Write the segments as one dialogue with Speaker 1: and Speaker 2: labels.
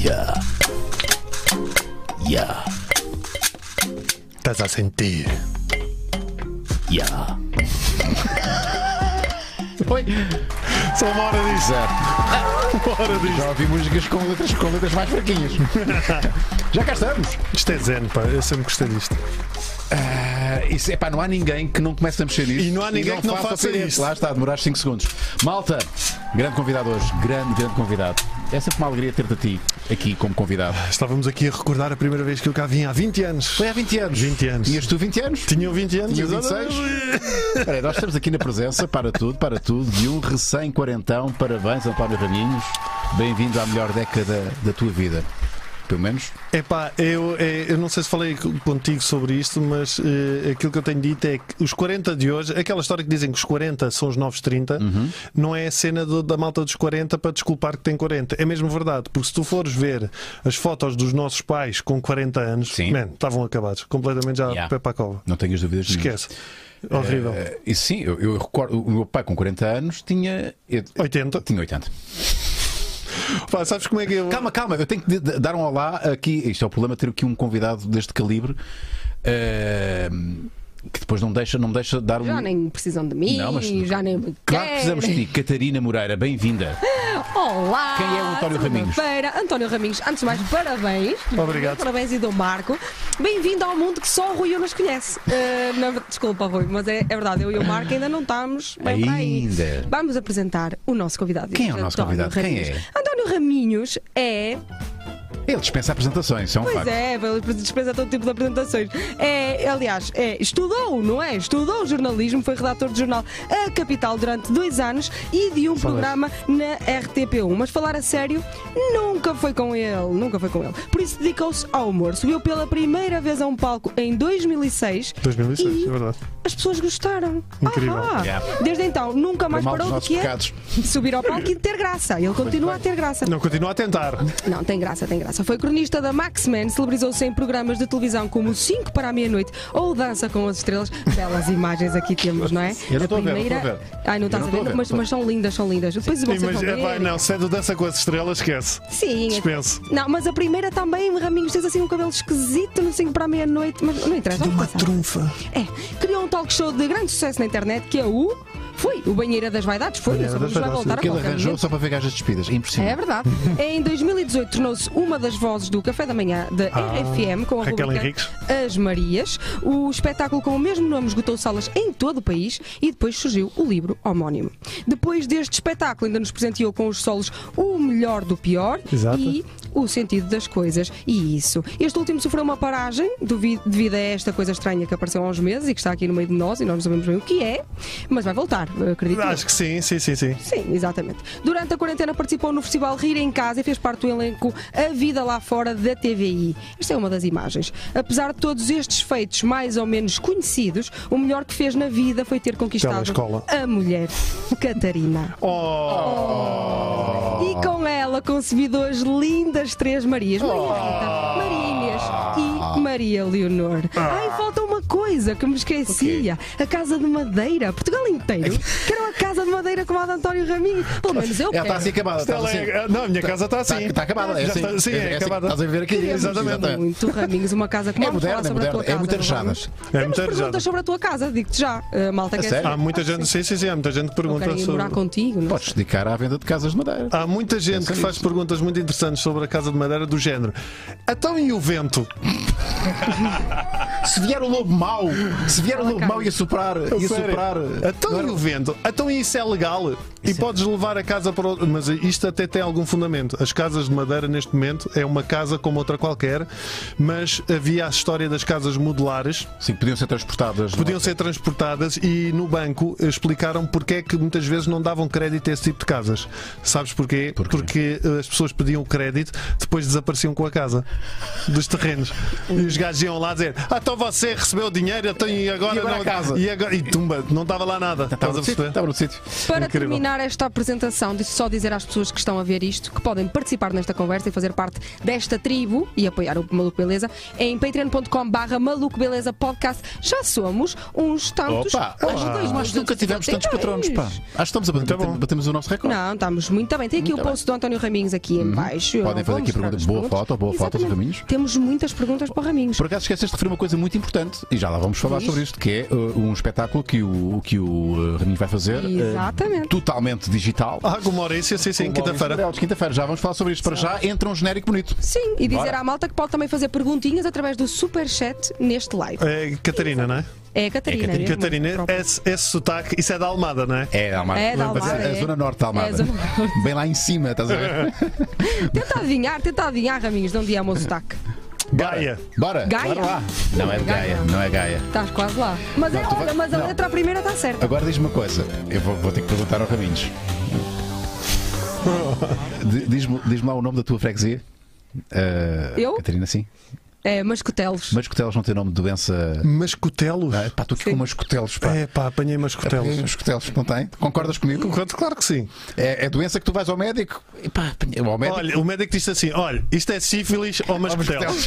Speaker 1: Yeah. Yeah.
Speaker 2: Estás a sentir?
Speaker 1: Yeah.
Speaker 2: Oi. Só uma hora disso. Uma hora disso.
Speaker 3: Já ouvi músicas com letras, com letras mais fraquinhas. Já cá estamos.
Speaker 2: Isto é zen, pá. Eu sempre gostei disto.
Speaker 3: Ah, isso, epá, não há ninguém que não comece a mexer nisto.
Speaker 2: E não há ninguém que não faça
Speaker 3: frente.
Speaker 2: isto.
Speaker 3: Lá está, demoraste 5 segundos. Malta, grande convidado hoje. Grande, grande convidado. É sempre uma alegria ter-te a ti aqui como convidado.
Speaker 2: Estávamos aqui a recordar a primeira vez que eu cá vim há 20 anos.
Speaker 3: Foi há 20 anos.
Speaker 2: 20 anos.
Speaker 3: Tinhas tu 20 anos?
Speaker 2: Tinham 20 anos?
Speaker 3: Tinha
Speaker 2: exatamente.
Speaker 3: 26? Espera aí, nós estamos aqui na presença, para tudo, para tudo, de um recém-quarentão. Parabéns, António Raminhos. Bem-vindo à melhor década da tua vida. Pelo menos.
Speaker 2: Epá, eu, é, eu não sei se falei contigo sobre isto, mas eh, aquilo que eu tenho dito é que os 40 de hoje, aquela história que dizem que os 40 são os novos 30, não é a cena do- da malta dos 40 para desculpar que tem 40. É mesmo verdade, porque se tu fores ver as fotos dos nossos pais com 40 anos,
Speaker 3: Sim.
Speaker 2: man, estavam acabados, completamente já
Speaker 3: Yeah.
Speaker 2: de pé para a cova.
Speaker 3: Não tenhas dúvidas nenhumas.
Speaker 2: Esquece. É Horrível.
Speaker 3: Eh, e sim, eu, eu recordo, o meu pai com 40 anos tinha. eu-
Speaker 2: 80.
Speaker 3: Tinha 80.
Speaker 2: Pá, sabes como é que eu.
Speaker 3: Calma, calma, eu tenho que de- de- dar um olá aqui. Isto é o problema de ter aqui um convidado deste calibre eh, que depois não, deixa, não me deixa dar um.
Speaker 4: Já nem precisam de mim,
Speaker 3: Não, mas-
Speaker 4: já nem me
Speaker 3: Claro que
Speaker 4: querem.
Speaker 3: precisamos de ti, Catarina Moreira, bem-vinda.
Speaker 4: Olá!
Speaker 3: Quem é o António Raminhos?
Speaker 4: Para António Raminhos, antes de mais, parabéns.
Speaker 2: Obrigado.
Speaker 4: Parabéns e do Marco. Bem-vindo ao mundo que só o Rui nos conhece. Ah, na- desculpa, Rui, mas é, é verdade, eu e o Marco ainda não estamos bem para aí.
Speaker 3: Ainda.
Speaker 4: Vamos apresentar o nosso convidado.
Speaker 3: Quem é o nosso
Speaker 4: António
Speaker 3: convidado? Quem
Speaker 4: Raminhos.
Speaker 3: é?
Speaker 4: António Raminhos é
Speaker 3: Ele dispensa apresentações, são
Speaker 4: Pois
Speaker 3: facto.
Speaker 4: é, pela- dispensa todo tipo de apresentações. É, aliás, é, estudou, não é? Estudou jornalismo, foi redator de jornal A Capital durante dois anos e de um programa na RTP1. Mas falar a sério, nunca foi com ele, nunca foi com ele. Por isso dedicou-se ao humor. Subiu pela primeira vez a um palco em 2006.
Speaker 2: 2006,
Speaker 4: E
Speaker 2: é verdade.
Speaker 4: as pessoas gostaram.
Speaker 2: Incrível.
Speaker 4: Ahá.
Speaker 3: Yeah.
Speaker 4: Desde então, nunca mais
Speaker 3: Mal dos
Speaker 4: parou do
Speaker 3: nossos
Speaker 4: que é
Speaker 3: pecados.
Speaker 4: subir ao palco e ter graça. Ele continua a ter graça.
Speaker 2: Não, continua a tentar.
Speaker 4: Não, tem graça, tem graça. Foi cronista da Maxman, celebrizou-se em programas de televisão como 5 para a meia-noite ou Dança com as Estrelas. Belas imagens aqui temos, não é?
Speaker 3: Eu não estou a ver, não estou a ver.
Speaker 4: Ai,
Speaker 3: Eu não
Speaker 4: não estás a
Speaker 3: estou a
Speaker 4: ver,
Speaker 3: ver,
Speaker 4: mas,
Speaker 3: estou-
Speaker 4: mas são lindas, são lindas. Depois vocês
Speaker 2: Mas,
Speaker 4: vão ver.
Speaker 2: é, pá, não, se é do Dança com as Estrelas, esquece.
Speaker 4: Sim. é
Speaker 2: Dispenso.
Speaker 4: Não, mas a primeira também, Raminhos, tens assim um cabelo esquisito no 5 para a meia-noite, mas não interessa. vamos passar.
Speaker 2: trunfa.
Speaker 4: É, criou um talk show de grande sucesso na internet que é o. Foi, o Banheira das Vaidades, foi,
Speaker 2: Banheira
Speaker 4: mas
Speaker 2: das
Speaker 4: vamos lá
Speaker 2: Vaidades,
Speaker 4: voltar a
Speaker 3: Que ele
Speaker 4: qualquer
Speaker 3: arranjou
Speaker 4: momento.
Speaker 3: só para ver gajas despidas. É impossível.
Speaker 4: É verdade. em 2018 tornou-se uma das vozes do Café da Manhã da
Speaker 2: Ah,
Speaker 4: RFM com a
Speaker 2: Raquel
Speaker 4: rubrica
Speaker 2: Henriques.
Speaker 4: As Marias. O espetáculo com o mesmo nome esgotou salas em todo o país e depois surgiu o livro homónimo. Depois deste espetáculo ainda nos presenteou com os solos O Melhor do Pior
Speaker 2: Exato.
Speaker 4: e O Sentido das Coisas. E isso. Este último sofreu uma paragem devi- devido a esta coisa estranha que apareceu há uns meses e que está aqui no meio de nós e nós não sabemos bem o que é, mas vai voltar, acredito. eu.
Speaker 2: Acho que sim, sim, sim, sim.
Speaker 4: Sim, exatamente. Durante a quarentena participou no festival Rir em Casa e fez parte do elenco A Vida Lá Fora da TVI. Esta é uma das imagens. Apesar de todos estes feitos mais ou menos conhecidos, o melhor que fez na vida foi ter conquistado
Speaker 2: Telescola.
Speaker 4: a mulher Catarina.
Speaker 3: Oh.
Speaker 4: E com ela concebido as lindas três Marias: Maria
Speaker 3: Oh.
Speaker 4: Rita, Maria Inês e Maria Leonor.
Speaker 3: Ah.
Speaker 4: Ai, falta uma coisa que me esquecia: a Casa de Madeira, Portugal inteiro. Quero a Casa de Madeira com a de António Raminhos. Pelo menos eu
Speaker 3: Ela
Speaker 4: quero.
Speaker 3: está assim acabada. Está
Speaker 2: Ela
Speaker 3: assim.
Speaker 2: é- Não, a minha casa está assim.
Speaker 3: Está acabada. É
Speaker 2: Já
Speaker 3: assim.
Speaker 2: está- sim, é,
Speaker 3: assim que
Speaker 2: acabada.
Speaker 3: Estás a ver aqui.
Speaker 2: Queremos, exatamente.
Speaker 4: Muito Raminhos, uma casa que
Speaker 3: É
Speaker 4: vamos falar
Speaker 3: moderna, é
Speaker 4: sobre a tua
Speaker 3: moderna. É muito
Speaker 4: casa. não vamos?
Speaker 3: arejadas.
Speaker 2: É
Speaker 4: Temos
Speaker 2: muito arejada.
Speaker 4: perguntas sobre a tua casa, digo-te já. A malta
Speaker 3: A
Speaker 4: quer
Speaker 3: É sério?
Speaker 4: saber.
Speaker 2: Há muita gente, sim, sim, sim, há muita gente que
Speaker 4: Não
Speaker 2: pergunta
Speaker 4: querem ir
Speaker 2: sobre.
Speaker 4: morar contigo, não? é?
Speaker 3: Podes dedicar à venda de casas de madeira.
Speaker 2: Há muita gente que
Speaker 3: nisso.
Speaker 2: faz perguntas muito interessantes sobre a casa de madeira do género. Então e o vento?
Speaker 3: Ah, Se vier o lobo mau, se vier o lobo mau e soprar, e
Speaker 2: Sério?
Speaker 3: soprar.
Speaker 2: Então e o vento? Então isso é legal? e podes levar a casa para o... Mas isto até tem algum fundamento. As casas de madeira neste momento é uma casa como outra qualquer, mas havia a história das casas modulares
Speaker 3: Sim, podiam ser transportadas. não é?
Speaker 2: podiam ser transportadas e no banco explicaram porque é que muitas vezes não davam crédito a esse tipo de casas. Sabes porquê?
Speaker 3: Porquê?
Speaker 2: Porque eh, as pessoas pediam o crédito, depois desapareciam com a casa dos terrenos. E os gajos iam lá dizer: Ah, então Então você recebeu o dinheiro então, e agora,
Speaker 3: E agora
Speaker 2: não.
Speaker 3: a casa. Tá,
Speaker 2: E, agora- e tumba, não estava lá nada. Estás
Speaker 3: Estava
Speaker 2: a
Speaker 3: no sítio.
Speaker 2: perceber?
Speaker 3: Estava no sítio.
Speaker 4: Para
Speaker 2: Incrível.
Speaker 4: terminar esta apresentação, deixe só dizer às pessoas que estão a ver isto que podem participar nesta conversa e fazer parte desta tribo e apoiar o Maluco Beleza em patreon.com barra Maluco Beleza Podcast. Já somos uns tantos.
Speaker 3: Opa,
Speaker 4: Hoje
Speaker 3: acho,
Speaker 4: dois,
Speaker 3: acho que nunca tivemos tantos
Speaker 4: 283.
Speaker 3: patronos, pá. Acho que estamos a bater,
Speaker 2: bom.
Speaker 3: batemos o nosso recorde.
Speaker 4: Não, estamos muito tá bem. Tem aqui o post do António Raminhos aqui em baixo.
Speaker 3: Uhum. Podem fazer aqui perguntas. Boa foto, boa foto do Raminhos.
Speaker 4: Temos muitas perguntas para o Raminhos.
Speaker 3: Por acaso esqueces de referir uma coisa muito importante e já lá vamos falar
Speaker 4: Diz.
Speaker 3: sobre isto, que é uh, um espetáculo que o, que o uh, Raminho vai fazer uh,
Speaker 4: Exatamente.
Speaker 3: totalmente digital.
Speaker 2: Ah, com o Maurício, sim, sim,
Speaker 3: Com
Speaker 2: quinta-feira.
Speaker 3: Maurício Gabriel, de Quinta-feira, já vamos falar sobre isto. Para já entra um genérico bonito.
Speaker 4: Sim, e dizer
Speaker 3: Bora.
Speaker 4: à malta que pode também fazer perguntinhas através do superchat neste live.
Speaker 2: É Catarina, não é?
Speaker 4: É a Catarina.
Speaker 3: É a
Speaker 4: mesmo,
Speaker 2: Catarina,
Speaker 4: própria.
Speaker 2: esse, esse sotaque, isso é da Almada, não é?
Speaker 3: É, da Almada.
Speaker 4: É, da Almada,
Speaker 3: Mas é a
Speaker 4: é.
Speaker 3: zona norte da Almada.
Speaker 4: É a zona
Speaker 3: Bem lá em cima, estás a ver?
Speaker 4: Tenta adivinhar, tenta adivinhar, Raminhos, de onde é o meu sotaque.
Speaker 2: Gaia.
Speaker 3: Bora.
Speaker 4: Gaia?
Speaker 3: Bora lá. Não é de Gaia, não é Gaia.
Speaker 4: Estás quase lá. Mas, é,
Speaker 3: Não, tu
Speaker 4: olha,
Speaker 3: vai-
Speaker 4: mas a
Speaker 3: não.
Speaker 4: letra à primeira está certa.
Speaker 3: Agora diz-me uma coisa. Eu vou, vou ter que perguntar ao Raminhos. D- Diz-me diz-me lá o nome da tua freguesia. Ah,
Speaker 4: Eu?
Speaker 3: Catarina, sim.
Speaker 4: É, mascotelos.
Speaker 3: Mas cotelos não tem nome de doença.
Speaker 2: Mascotelos?
Speaker 3: Ah, pá, tu aqui com umas cotelos, pá.
Speaker 2: É pá, apanhei mascotelos.
Speaker 3: Os cotelos, não tem? Concordas comigo?
Speaker 2: Concordo, Claro que sim.
Speaker 3: É, é doença que tu vais ao médico? E pá, ao médico.
Speaker 2: Olha, o médico disse assim: olha, isto é sífilis ou
Speaker 3: aos cotelos.
Speaker 2: mascotelos?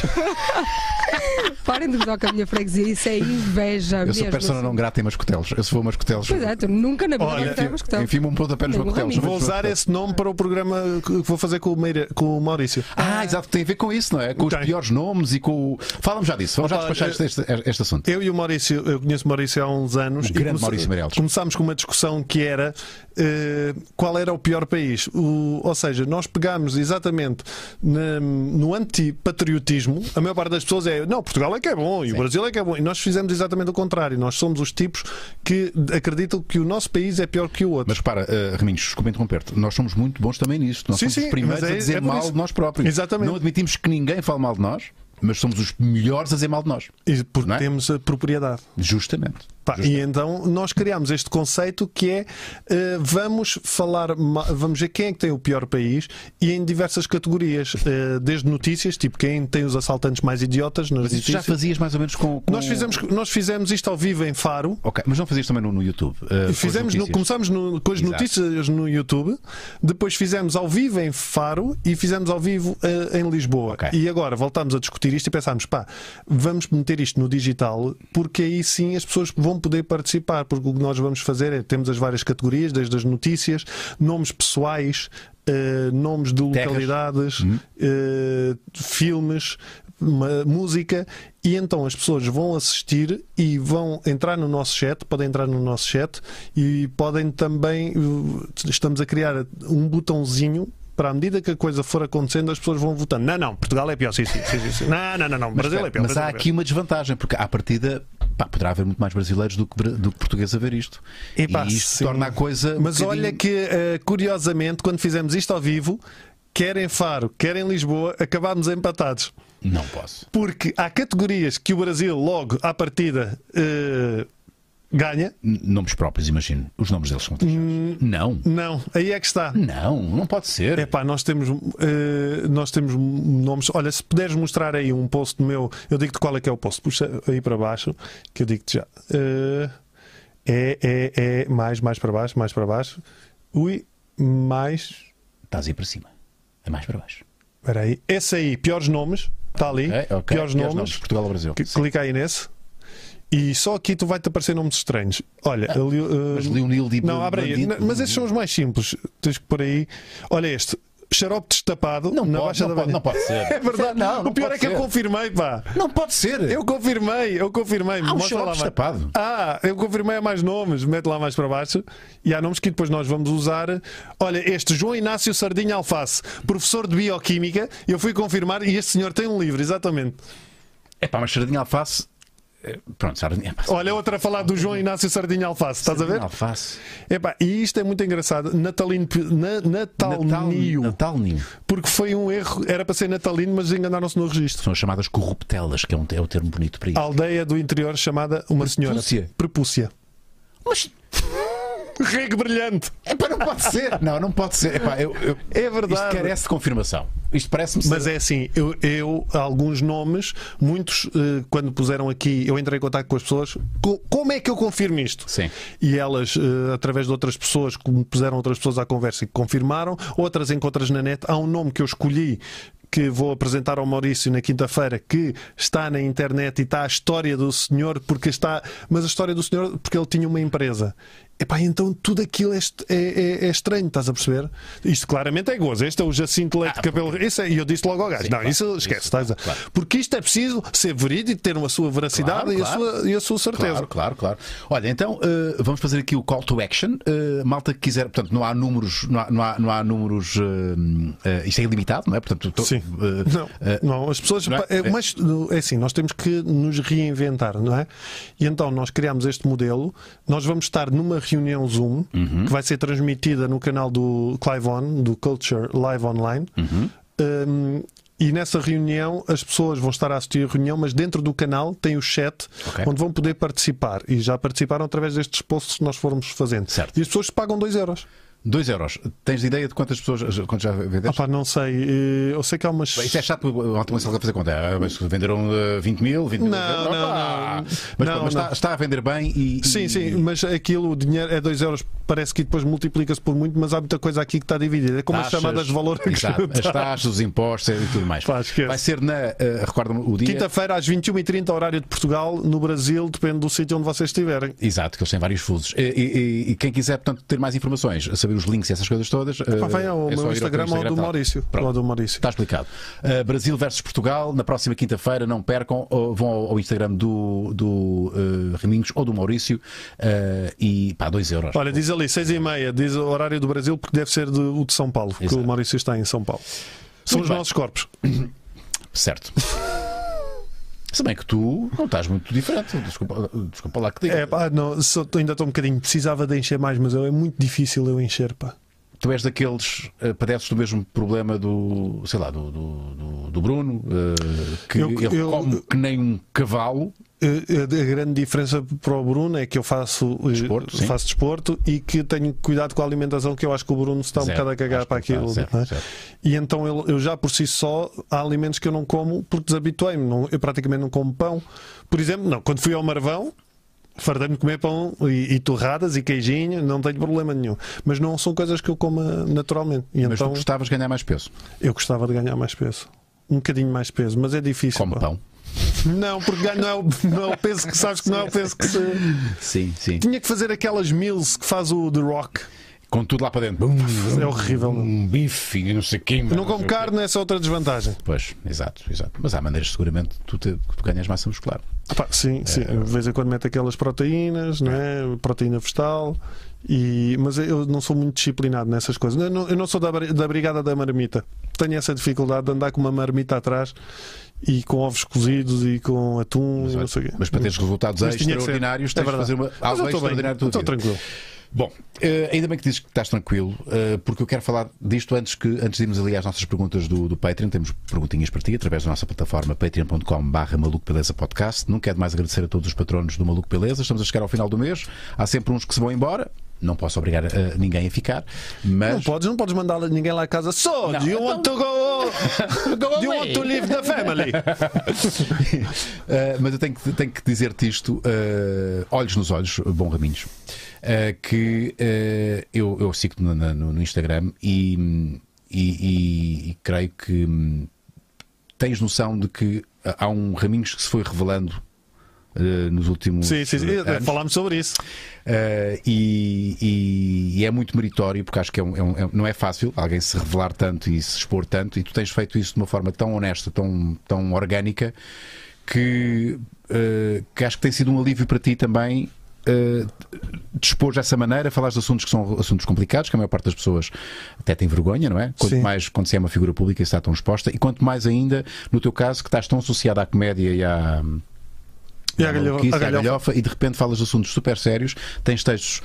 Speaker 4: Parem de gozar com a minha freguesia, isso é inveja
Speaker 3: Eu sou
Speaker 4: mesmo.
Speaker 3: persona não grata em mascotelos. Eu se for mascotelos.
Speaker 4: Pois é, tu nunca na vida
Speaker 2: Olha,
Speaker 4: vais gozar com mascotelos.
Speaker 3: Enfim, um pontapé nos
Speaker 4: Nem o
Speaker 3: mascotelos.
Speaker 4: Raminho.
Speaker 2: Vou usar esse nome para o programa que que vou fazer com o, Meira, com o Maurício.
Speaker 3: Ah, exato, tem a ver com isso, não é? Com os
Speaker 2: eh, Tem.
Speaker 3: piores nomes e com o. Fala-me já disso, vamos já
Speaker 2: Opa,
Speaker 3: despachar
Speaker 2: eh,
Speaker 3: este, este- este assunto.
Speaker 2: Eu e o Maurício, eu conheço o Maurício há uns anos.
Speaker 3: O
Speaker 2: e
Speaker 3: grande Maurício Meirelles.
Speaker 2: Começámos com uma discussão que era eh, qual era o pior país. O- ou seja, nós pegámos exatamente na- no antipatriotismo. A maior parte das pessoas é não, Portugal é que é bom e o Brasil é que é bom. E nós fizemos exatamente o contrário. Nós somos os tipos que acreditam que o nosso país é pior que o outro.
Speaker 3: Mas repara, uh, Raminhos, desculpa interromper-te, nós somos muito bons também nisto. Nós
Speaker 2: Sim,
Speaker 3: somos
Speaker 2: sim,
Speaker 3: os primeiros
Speaker 2: mas é-
Speaker 3: a dizer
Speaker 2: é por
Speaker 3: mal
Speaker 2: isso.
Speaker 3: de nós próprios.
Speaker 2: Exatamente.
Speaker 3: Não admitimos que ninguém fale mal de nós, mas somos os melhores a dizer mal de nós.
Speaker 2: E porque
Speaker 3: Não é?
Speaker 2: temos a propriedade.
Speaker 3: Justamente.
Speaker 2: Pá, e então nós criámos este conceito que é eh, vamos falar, ma- vamos ver quem é que tem o pior país e em diversas categorias, eh, desde notícias, tipo quem tem os assaltantes mais idiotas nas
Speaker 3: Mas isso já um-
Speaker 2: notícias.
Speaker 3: fazias mais ou menos com. com-
Speaker 2: Nós fizemos, nós fizemos isto ao vivo em Faro.
Speaker 3: Ok, mas não fazias também no, no YouTube. uh, com as
Speaker 2: Fizemos no-
Speaker 3: notícias?
Speaker 2: começamos no- com as
Speaker 3: Exato.
Speaker 2: notícias no YouTube, depois fizemos ao vivo em Faro e fizemos ao vivo eh, em Lisboa.
Speaker 3: Ok.
Speaker 2: E agora voltámos a discutir isto e pensámos, pá, vamos meter isto no digital porque aí sim as pessoas vão poder participar. Porque o que nós vamos fazer é temos as várias categorias, desde as notícias, nomes pessoais, eh, nomes de
Speaker 3: Terras.
Speaker 2: localidades,
Speaker 3: Uhum.
Speaker 2: eh, filmes, ma- música, e então as pessoas vão assistir e vão entrar no nosso chat, podem entrar no nosso chat e podem também. uh, Estamos a criar um botãozinho. Para à medida que a coisa for acontecendo, as pessoas vão votando. Não, não, Portugal é pior, sim, sim, sim, sim, sim. Não, não, não, não,
Speaker 3: Mas,
Speaker 2: Brasil é
Speaker 3: espera,
Speaker 2: pior.
Speaker 3: mas
Speaker 2: Brasil
Speaker 3: há
Speaker 2: é pior.
Speaker 3: aqui uma desvantagem, porque à partida pá, poderá haver muito mais brasileiros do que, bra- do que português a ver isto. E,
Speaker 2: Epá,
Speaker 3: isto
Speaker 2: sim.
Speaker 3: torna a coisa. um
Speaker 2: Mas
Speaker 3: bocadinho-
Speaker 2: olha que, eh, curiosamente, quando fizemos isto ao vivo, quer em Faro, quer em Lisboa, acabámos empatados.
Speaker 3: Não posso.
Speaker 2: Porque há categorias que o Brasil, logo à partida, eh, ganha.
Speaker 3: N- Nomes próprios, imagino. Os nomes deles são.
Speaker 2: Hum.
Speaker 3: diferentes. Não.
Speaker 2: Não, aí é que está.
Speaker 3: Não, não pode ser.
Speaker 2: É pá, nós temos, eh, nós temos nomes. Olha, se puderes mostrar aí um post meu, eu digo-te qual é que é o post. Puxa aí para baixo, que eu digo-te já. Eh, é, é, é, mais, mais para baixo, mais para baixo. Ui, mais.
Speaker 3: Estás aí para cima. É mais para baixo.
Speaker 2: Espera aí. Esse aí, piores nomes. Está ali.
Speaker 3: Ok, ok.
Speaker 2: Piores nomes.
Speaker 3: Portugal ou Brasil.
Speaker 2: Que-
Speaker 3: Sim.
Speaker 2: Clica aí nesse. E só aqui tu vai-te aparecer nomes estranhos. Olha, ali, eh,
Speaker 3: Ah, Mas Leonil de
Speaker 2: Não, abre aí.
Speaker 3: Bandido-
Speaker 2: Não, Mas estes são os mais simples. Tens que pôr aí. Olha este. Xarope destapado
Speaker 3: Não
Speaker 2: na
Speaker 3: pode, não
Speaker 2: Baixa da
Speaker 3: pode,
Speaker 2: Banha.
Speaker 3: não pode ser.
Speaker 2: É verdade.
Speaker 3: Não, não
Speaker 2: o pior
Speaker 3: pode
Speaker 2: é que
Speaker 3: ser.
Speaker 2: eu confirmei, pá.
Speaker 3: Não pode ser.
Speaker 2: Eu confirmei, eu confirmei.
Speaker 3: Há um
Speaker 2: Mostra
Speaker 3: xarope
Speaker 2: lá mais.
Speaker 3: destapado.
Speaker 2: Ah, eu confirmei a mais nomes. Mete lá mais para baixo. E há nomes que depois nós vamos usar. Olha, este João Inácio Sardinha Alface, professor de Bioquímica. Eu fui confirmar e este senhor tem um livro, exatamente.
Speaker 3: É pá, mas sardinha alface. eh, Pronto, sardinha epá,
Speaker 2: Olha, outra a falar do João Inácio Sardinha Alface. Estás a ver?
Speaker 3: sardinha alface.
Speaker 2: Epá, e isto é muito engraçado. Natalino, P- na, Natal, Nio.
Speaker 3: Natal Ninho.
Speaker 2: Porque foi um erro, era para ser natalino, mas enganaram-se no registro.
Speaker 3: São as chamadas corruptelas, que é, um, é o termo bonito para isso.
Speaker 2: A aldeia do interior chamada uma senhora.
Speaker 3: Prepúcia.
Speaker 2: Prepúcia.
Speaker 3: Mas.
Speaker 2: Rico brilhante.
Speaker 3: Epá, não pode ser. Não, não pode ser. Epá, eu, eu-
Speaker 2: É verdade.
Speaker 3: Isto carece de confirmação. Isto parece-me
Speaker 2: Mas
Speaker 3: ser-
Speaker 2: é assim, eu, eu alguns nomes, muitos, eh, quando puseram aqui, eu entrei em contato com as pessoas, co- como é que eu confirmo isto?
Speaker 3: Sim.
Speaker 2: E elas, eh, através de outras pessoas, como puseram outras pessoas à conversa e que confirmaram, outras encontras na net, há um nome que eu escolhi. Que vou apresentar ao Maurício na quinta-feira, que está na internet e está a história do senhor, porque está. Mas a história do senhor, porque ele tinha uma empresa. Epá, então tudo aquilo é, est- é- é- é estranho, estás a perceber? Isto claramente é gozo. Este é o Jacinto Leite
Speaker 3: Ah,
Speaker 2: de Cabelo. Esse é- E eu disse logo ao gajo: não, isso esquece, estás a... Porque isto é preciso ser verídico, ter a sua veracidade
Speaker 3: Claro,
Speaker 2: e, a
Speaker 3: claro.
Speaker 2: sua, e a sua certeza.
Speaker 3: Claro, claro, claro. Olha, então eh, vamos fazer aqui o call to action. Eh, malta que quiser, portanto, não há números, não há, não há, não há números. eh, eh, isto é ilimitado, não é? Portanto, tô- eh,
Speaker 2: Sim. Não,
Speaker 3: eh,
Speaker 2: não, as pessoas.
Speaker 3: não é?
Speaker 2: pá, é, Mas é assim, nós temos que nos reinventar, não é? E então nós criamos este modelo. Nós vamos estar numa reunião Zoom
Speaker 3: Uhum.
Speaker 2: que vai ser transmitida no canal do Clive On, do Culture Live Online.
Speaker 3: Uhum.
Speaker 2: Um, e nessa reunião as pessoas vão estar a assistir a reunião, mas dentro do canal tem o chat
Speaker 3: Ok.
Speaker 2: onde vão poder participar. E já participaram através destes posts que nós formos fazendo.
Speaker 3: Certo.
Speaker 2: E as pessoas pagam 2 euros.
Speaker 3: dois euros. Tens ideia de quantas pessoas quantos já
Speaker 2: Ah,
Speaker 3: vendeste?
Speaker 2: pá, não sei. eh, Eu sei que há umas.
Speaker 3: Isto é chato, ontem começou a fazer conta. Ah, Mas venderam eh, 20 mil, 20 mil.
Speaker 2: Não, não,
Speaker 3: pá.
Speaker 2: não.
Speaker 3: Mas,
Speaker 2: Não,
Speaker 3: pronto, mas
Speaker 2: não.
Speaker 3: Está, está a vender bem e.
Speaker 2: Sim,
Speaker 3: e-
Speaker 2: sim, mas aquilo, o dinheiro é 2 euros, parece que depois multiplica-se por muito, mas há muita coisa aqui que está dividida. É como
Speaker 3: taxas,
Speaker 2: as chamadas de valor
Speaker 3: Exato,
Speaker 2: acrescentado.
Speaker 3: as taxas, os impostos e tudo mais.
Speaker 2: Pá, esquece.
Speaker 3: Vai ser na. eh, Recorda-me o dia.
Speaker 2: Quinta-feira às 21h30, horário de Portugal, no Brasil, depende do sítio onde vocês estiverem.
Speaker 3: Exato, que eles têm vários fusos. E, e- e quem quiser, portanto, ter mais informações, saber os links e essas coisas todas.
Speaker 2: Pá,
Speaker 3: eh,
Speaker 2: vem ao
Speaker 3: é só ir
Speaker 2: meu
Speaker 3: teu
Speaker 2: Instagram ou ao do
Speaker 3: tá lá.
Speaker 2: Maurício.
Speaker 3: Pronto.
Speaker 2: Ou ao do Maurício.
Speaker 3: Está explicado. Eh, Brasil versus Portugal, na próxima quinta-feira, não percam, ou vão ao, ao Instagram do, do eh, Raminhos ou do Maurício eh, e pá, 2 euros.
Speaker 2: Olha, diz ali, 6h30, diz o horário do Brasil, porque deve ser do- o de São Paulo, porque
Speaker 3: Exato.
Speaker 2: o Maurício está em São Paulo. São
Speaker 3: Muito
Speaker 2: os
Speaker 3: bem.
Speaker 2: nossos corpos.
Speaker 3: Certo. Se bem que tu não estás muito diferente, desculpa, desculpa lá que diga.
Speaker 2: É, pá, não, só- ainda estou um bocadinho, precisava de encher mais, mas eu- é muito difícil eu encher, pá.
Speaker 3: Tu és daqueles, eh, padeces do mesmo problema do, sei lá, do, do, do- do Bruno, eh, que
Speaker 2: Eu-
Speaker 3: ele
Speaker 2: eu-
Speaker 3: come que nem um cavalo.
Speaker 2: Eh, eh, A grande diferença para o Bruno é que eu faço eh,
Speaker 3: Desporto, sim.
Speaker 2: faço desporto e que tenho cuidado com a alimentação, que eu acho que o Bruno está um
Speaker 3: Zero.
Speaker 2: bocado a cagar
Speaker 3: Acho que
Speaker 2: para
Speaker 3: está,
Speaker 2: aquilo.
Speaker 3: certo,
Speaker 2: não é?
Speaker 3: certo.
Speaker 2: E então ele- eu, já por si só há alimentos que eu não como porque desabituei-me. Não- Eu praticamente não como pão. Por exemplo, não, quando fui ao Marvão. Fardei-me de comer pão e, e torradas e queijinho, não tenho problema nenhum. Mas não são coisas que eu coma naturalmente. E
Speaker 3: Mas
Speaker 2: então
Speaker 3: tu gostavas de ganhar mais peso.
Speaker 2: eu gostava de ganhar mais peso. Um bocadinho mais peso, mas é difícil.
Speaker 3: Come
Speaker 2: pá.
Speaker 3: pão.
Speaker 2: Não, porque ganho não é, o, não é o peso que sabes que não é o peso que se.
Speaker 3: Sim, sim.
Speaker 2: Tinha que fazer aquelas mills que faz o The Rock.
Speaker 3: Com tudo lá para dentro.
Speaker 2: É horrível. não.
Speaker 3: Um bife, e não sei quem.
Speaker 2: Eu não como carne, essa é outra desvantagem.
Speaker 3: Pois, exato, exato. Mas há maneiras, seguramente, tu, te, que tu ganhas massa muscular.
Speaker 2: Pá, sim, sim. De vez em quando mete aquelas proteínas, não é? proteína vegetal. E... Mas eu não sou muito disciplinado nessas coisas. Eu não, eu não sou da, bri- da brigada da marmita. Tenho essa dificuldade de andar com uma marmita atrás e com ovos cozidos e com atum e não sei o quê.
Speaker 3: Mas para teres resultados
Speaker 2: Mas tinha que ser. É
Speaker 3: extraordinários, tens de
Speaker 2: verdade.
Speaker 3: fazer uma,
Speaker 2: Mas eu
Speaker 3: algo
Speaker 2: estou bem,
Speaker 3: extraordinário da tua
Speaker 2: Estou
Speaker 3: vida.
Speaker 2: tranquilo.
Speaker 3: Bom, eh, ainda bem que dizes que estás tranquilo, eh, porque eu quero falar disto antes, que, antes de irmos ali às nossas perguntas do, do Patreon. Temos perguntinhas para ti através da nossa plataforma patreon.com/barra Maluco Beleza Podcast. Nunca é demais agradecer a todos os patronos do Maluco Beleza. Estamos a chegar ao final do mês. Há sempre uns que se vão embora. Não posso obrigar eh, ninguém a ficar,
Speaker 2: Não
Speaker 3: mas.
Speaker 2: podes, não podes mandar ninguém lá a casa. So, do you want to Então- go? um do you want to leave the family?
Speaker 3: Eh, mas eu tenho que, tenho que dizer-te isto, eh, olhos nos olhos, bom Raminhos, eh, que eh, eu, eu sigo-te no, na- no- no Instagram e, hum, e- e- e creio que hum, tens noção de que há um Raminhos que se foi revelando eh, nos últimos
Speaker 2: Sim, sim, sim.
Speaker 3: anos.
Speaker 2: falámos sobre isso.
Speaker 3: Eh, e, e- e é muito meritório porque acho que é um- é um- é um- não é fácil alguém se revelar tanto e se expor tanto e tu tens feito isso de uma forma tão honesta, tão, tão orgânica que, eh, que acho que tem sido um alívio para ti também eh, dispor dessa maneira, falares de assuntos que são assuntos complicados, que a maior parte das pessoas até tem vergonha, não é? Quanto
Speaker 2: Sim.
Speaker 3: mais quando se é uma figura pública e está tão exposta, e quanto mais ainda, no teu caso, que estás tão associada à comédia e à,
Speaker 2: E a
Speaker 3: à
Speaker 2: galhofa-
Speaker 3: É maluquice,
Speaker 2: a
Speaker 3: à
Speaker 2: galhofa.
Speaker 3: galhofa, e de repente falas de assuntos super sérios, tens textos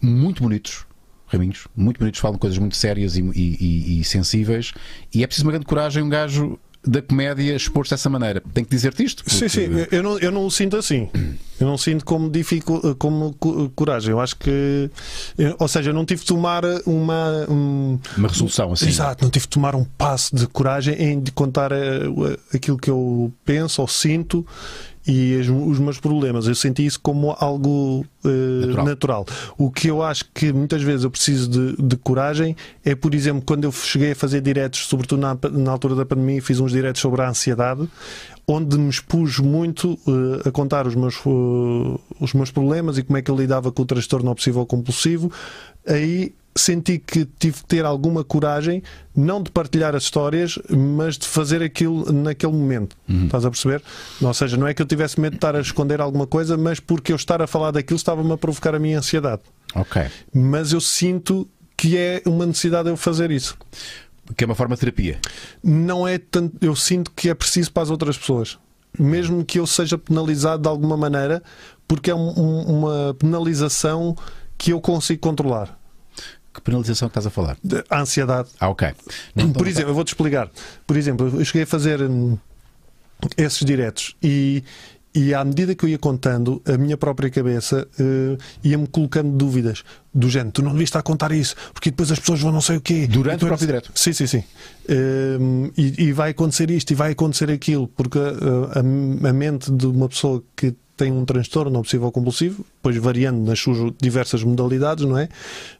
Speaker 3: muito bonitos, Raminhos, muito bonitos, falam coisas muito sérias e, e- e- e sensíveis, e é preciso uma grande coragem um gajo da comédia exposto dessa maneira. Tenho que dizer-te isto.
Speaker 2: Sim,
Speaker 3: porque-
Speaker 2: sim, eu não, eu não o sinto assim. Eu não sinto como, dificu- como cu- coragem. Eu acho que. eu- ou seja, eu não tive de tomar uma. um-
Speaker 3: Uma resolução assim.
Speaker 2: Exato, não tive de tomar um passo de coragem em de contar eh, o- aquilo que eu penso ou sinto e as- os meus problemas. Eu senti isso como algo eh,
Speaker 3: Natural.
Speaker 2: natural. O que eu acho que muitas vezes eu preciso de, de coragem é, por exemplo, quando eu cheguei a fazer diretos, sobretudo na, na altura da pandemia, fiz uns diretos sobre a ansiedade, onde me expus muito eh, a contar os meus, eh, os meus problemas e como é que eu lidava com o transtorno obsessivo compulsivo. Aí senti que tive que ter alguma coragem, não de partilhar as histórias, mas de fazer aquilo naquele momento. Estás a perceber? Ou seja, não é que eu tivesse medo de estar a esconder alguma coisa, mas porque eu estar a falar daquilo estava-me a provocar a minha ansiedade.
Speaker 3: Ok.
Speaker 2: Mas eu sinto que é uma necessidade eu fazer isso.
Speaker 3: Que é uma forma de terapia.
Speaker 2: Não é tanto. Eu sinto que é preciso para as outras pessoas. Mesmo que eu seja penalizado de alguma maneira, porque é um- um- uma penalização que eu consigo controlar.
Speaker 3: Que penalização que estás a falar?
Speaker 2: De- A ansiedade.
Speaker 3: Ah, ok.
Speaker 2: Por exemplo, um eu vou-te explicar. Por exemplo, eu cheguei a fazer hum, esses diretos e, e à medida que eu ia contando, a minha própria cabeça eh, ia-me colocando dúvidas do género, tu não devias estar a contar isso, porque depois as pessoas vão não sei o quê.
Speaker 3: Durante
Speaker 2: E tu
Speaker 3: o próprio
Speaker 2: não-
Speaker 3: direto?
Speaker 2: Sim, sim, sim. Hum, e, e vai acontecer isto, e vai acontecer aquilo, porque eh, a, a mente de uma pessoa que tem um transtorno obsessivo compulsivo, pois variando nas suas diversas modalidades, não é?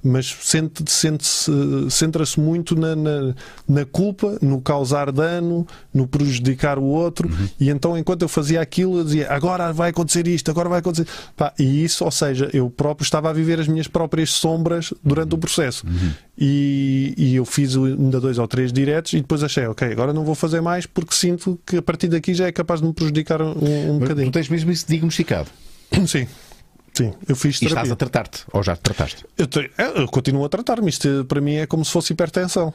Speaker 2: Mas sente- sente-se, centra-se muito na, na, na culpa, no causar dano, no prejudicar o outro, e então enquanto eu fazia aquilo, eu dizia agora vai acontecer isto, agora vai acontecer. Pá, e isso, ou seja, eu próprio estava a viver as minhas próprias sombras durante o processo. E, e eu fiz o- ainda dois ou três diretos e depois achei, ok, agora não vou fazer mais porque sinto que a partir daqui já é capaz de me prejudicar um, um
Speaker 3: Mas
Speaker 2: bocadinho.
Speaker 3: Tu tens mesmo isso diagnosticado.
Speaker 2: Sim. Sim, eu fiz
Speaker 3: E estás
Speaker 2: terapia.
Speaker 3: a tratar-te. Ou já te trataste.
Speaker 2: Eu, te- eu continuo a tratar-me. Isto para mim é como se fosse hipertensão.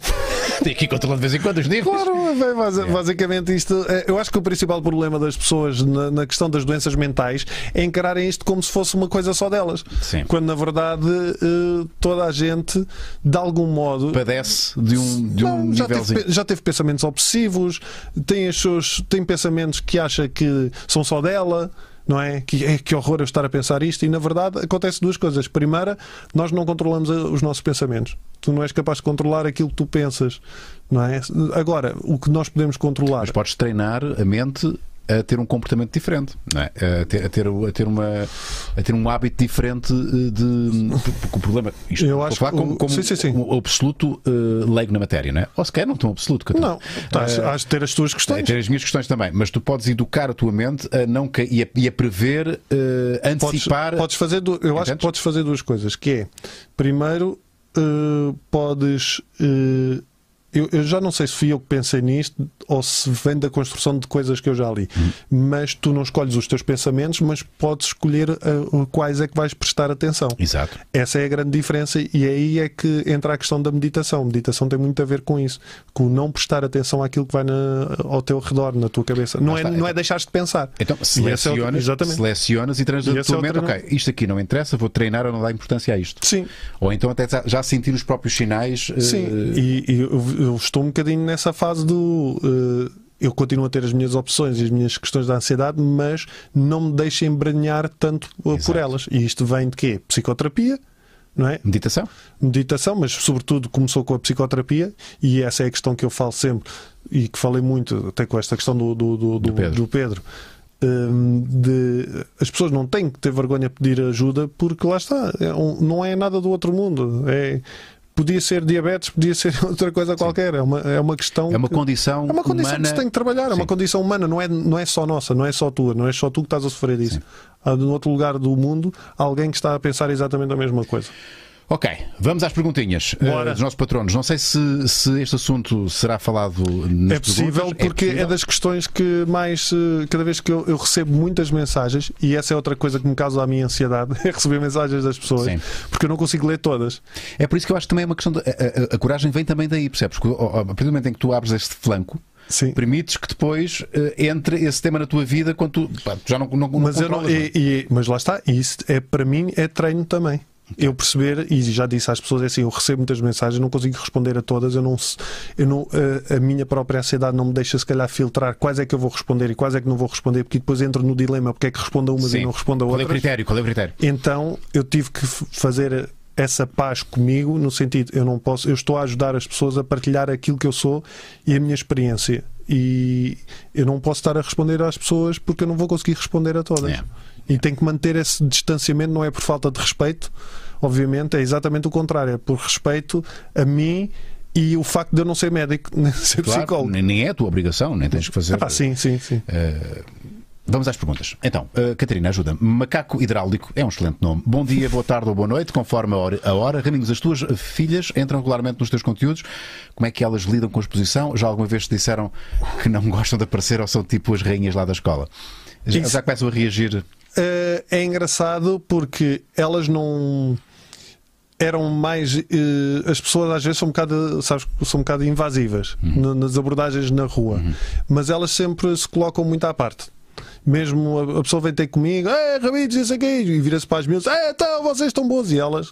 Speaker 3: Tem que ir controlando de vez em quando os níveis.
Speaker 2: Claro, é bem, basi- basicamente isto. é, Eu acho que o principal problema das pessoas na, na questão das doenças mentais é encararem isto como se fosse uma coisa só delas.
Speaker 3: Sim.
Speaker 2: Quando na verdade eh, toda a gente, de algum modo.
Speaker 3: Padece de um, de um
Speaker 2: Não, já, teve,
Speaker 3: nivelzinho.
Speaker 2: pe- já teve pensamentos obsessivos, tem, as suas, tem pensamentos que acha que são só dela, não é? Que, é? que horror eu estar a pensar isto. E na verdade acontece duas coisas. Primeira, nós não controlamos a- os nossos pensamentos. Tu não és capaz de controlar aquilo que tu pensas, não é? Agora, o que nós podemos controlar.
Speaker 3: Mas podes treinar a mente a ter um comportamento diferente, não é? a, ter, a, ter, a ter uma, a ter um hábito diferente eh, de. Porque o problema. Isto,
Speaker 2: Eu
Speaker 3: estou
Speaker 2: acho
Speaker 3: a falar
Speaker 2: que
Speaker 3: como,
Speaker 2: o-
Speaker 3: como
Speaker 2: sim, sim, sim.
Speaker 3: um absoluto eh, leigo na matéria, não é? Ou sequer não tão absoluto. Catão.
Speaker 2: Não, estás,
Speaker 3: Eh,
Speaker 2: has de ter as tuas questões.
Speaker 3: Tem as minhas questões também, mas tu podes educar a tua mente a não ca- e, a, e a prever, eh,
Speaker 2: podes,
Speaker 3: antecipar.
Speaker 2: podes fazer du- eu acho que
Speaker 3: Entendes?
Speaker 2: podes fazer duas coisas que é primeiro eh, podes eh, eu, eu já não sei se fui eu que pensei nisto ou se vem da construção de coisas que eu já li
Speaker 3: Hum.
Speaker 2: mas tu não escolhes os teus pensamentos mas podes escolher eh, quais é que vais prestar atenção
Speaker 3: Exato.
Speaker 2: essa é a grande diferença e aí é que entra a questão da meditação. Meditação tem muito a ver com isso, com não prestar atenção àquilo que vai na- ao teu redor, na tua cabeça. Não, é,
Speaker 3: está.
Speaker 2: não é deixares de pensar.
Speaker 3: Então
Speaker 2: E esse é o-
Speaker 3: selecionas,
Speaker 2: exatamente.
Speaker 3: selecionas e treinas
Speaker 2: E
Speaker 3: a
Speaker 2: esse é
Speaker 3: tua
Speaker 2: o
Speaker 3: mente. Ok,
Speaker 2: treinamento.
Speaker 3: isto aqui não interessa, vou treinar ou não dar importância a isto.
Speaker 2: Sim.
Speaker 3: Ou então até já- já sentir os próprios sinais. eh,
Speaker 2: Sim, e, e eu, eu estou um bocadinho nessa fase do. eh, eu continuo a ter as minhas opções e as minhas questões da ansiedade, mas não me deixo embranhar tanto eh, por
Speaker 3: Exato.
Speaker 2: elas. E isto vem de quê? Psicoterapia, não é?
Speaker 3: Meditação?
Speaker 2: meditação, mas sobretudo começou com a psicoterapia, e essa é a questão que eu falo sempre e que falei muito, até com esta questão do, do, do, do-
Speaker 3: Pedro.
Speaker 2: do Pedro. Hum, de- as pessoas não têm que ter vergonha de pedir ajuda porque lá está, é um- não é nada do outro mundo. É, podia ser diabetes, podia ser outra coisa qualquer. É uma, é uma questão.
Speaker 3: É uma
Speaker 2: que-
Speaker 3: condição.
Speaker 2: é uma condição
Speaker 3: humana...
Speaker 2: que se tem que trabalhar, é
Speaker 3: Sim.
Speaker 2: uma condição humana, não é, não é só nossa, não é só tua, não é só tu que estás a sofrer disso. Há, no outro lugar do mundo, há alguém que está a pensar exatamente a mesma coisa.
Speaker 3: Ok, vamos às perguntinhas eh,
Speaker 2: Bora.
Speaker 3: dos nossos patronos. Não sei se, se este assunto será falado nas
Speaker 2: É possível
Speaker 3: perguntas.
Speaker 2: porque é,
Speaker 3: possível?
Speaker 2: das questões que mais. eh, Cada vez que eu, eu recebo muitas mensagens, e essa é outra coisa que me causa a minha ansiedade, é receber mensagens das pessoas,
Speaker 3: Sim.
Speaker 2: porque eu não consigo ler todas.
Speaker 3: É por isso que eu acho que também é uma questão. De, a, a- a coragem vem também daí, percebes? Porque, ó, ó, a partir do momento em que tu abres este flanco,
Speaker 2: Sim.
Speaker 3: permites que depois eh, entre esse tema na tua vida quando tu, pá, tu já não, não, não
Speaker 2: Mas, eu não,
Speaker 3: controlas, não é?
Speaker 2: e- e- mas lá está, e isso é, para mim é treino também. eu perceber, e já disse às pessoas, é assim, eu recebo muitas mensagens, não consigo responder a todas, eu não, se- eu não eh, a, a minha própria ansiedade não me deixa se calhar filtrar quais é que eu vou responder e quais é que não vou responder, porque depois entro no dilema, porque é que respondo a umas
Speaker 3: Sim.
Speaker 2: e não respondo a
Speaker 3: Qual é o
Speaker 2: outras.
Speaker 3: critério? Qual é o critério?
Speaker 2: Então eu tive que f- fazer essa paz comigo, no sentido, eu não posso, eu estou a ajudar as pessoas a partilhar aquilo que eu sou e a minha experiência. E eu não posso estar a responder às pessoas porque eu não vou conseguir responder a todas.
Speaker 3: É.
Speaker 2: E tenho que manter esse distanciamento, não é por falta de respeito, obviamente, é exatamente o contrário, é por respeito a mim e o facto de eu não ser médico, nem ser
Speaker 3: Claro,
Speaker 2: psicólogo.
Speaker 3: nem- nem é a tua obrigação, nem tens que fazer.
Speaker 2: Ah, sim, sim, sim.
Speaker 3: Vamos às perguntas. Então, eh, Catarina, ajuda-me. Macaco hidráulico é um excelente nome. Bom dia, boa tarde ou boa noite, conforme a hora. A hora. Raminhos, as tuas filhas entram regularmente nos teus conteúdos. Como é que elas lidam com a exposição? Já alguma vez te disseram que não gostam de aparecer ou são tipo as rainhas lá da escola? Já,
Speaker 2: Isso-
Speaker 3: já começam a reagir.
Speaker 2: Eh, é engraçado porque elas não eram mais eh, as pessoas às vezes são um bocado sabes são um bocado invasivas na- nas abordagens na rua mas elas sempre se colocam muito à parte mesmo a, a pessoa vem ter comigo é Rabides isso aqui e vira-se para as minhas é então vocês estão boas e elas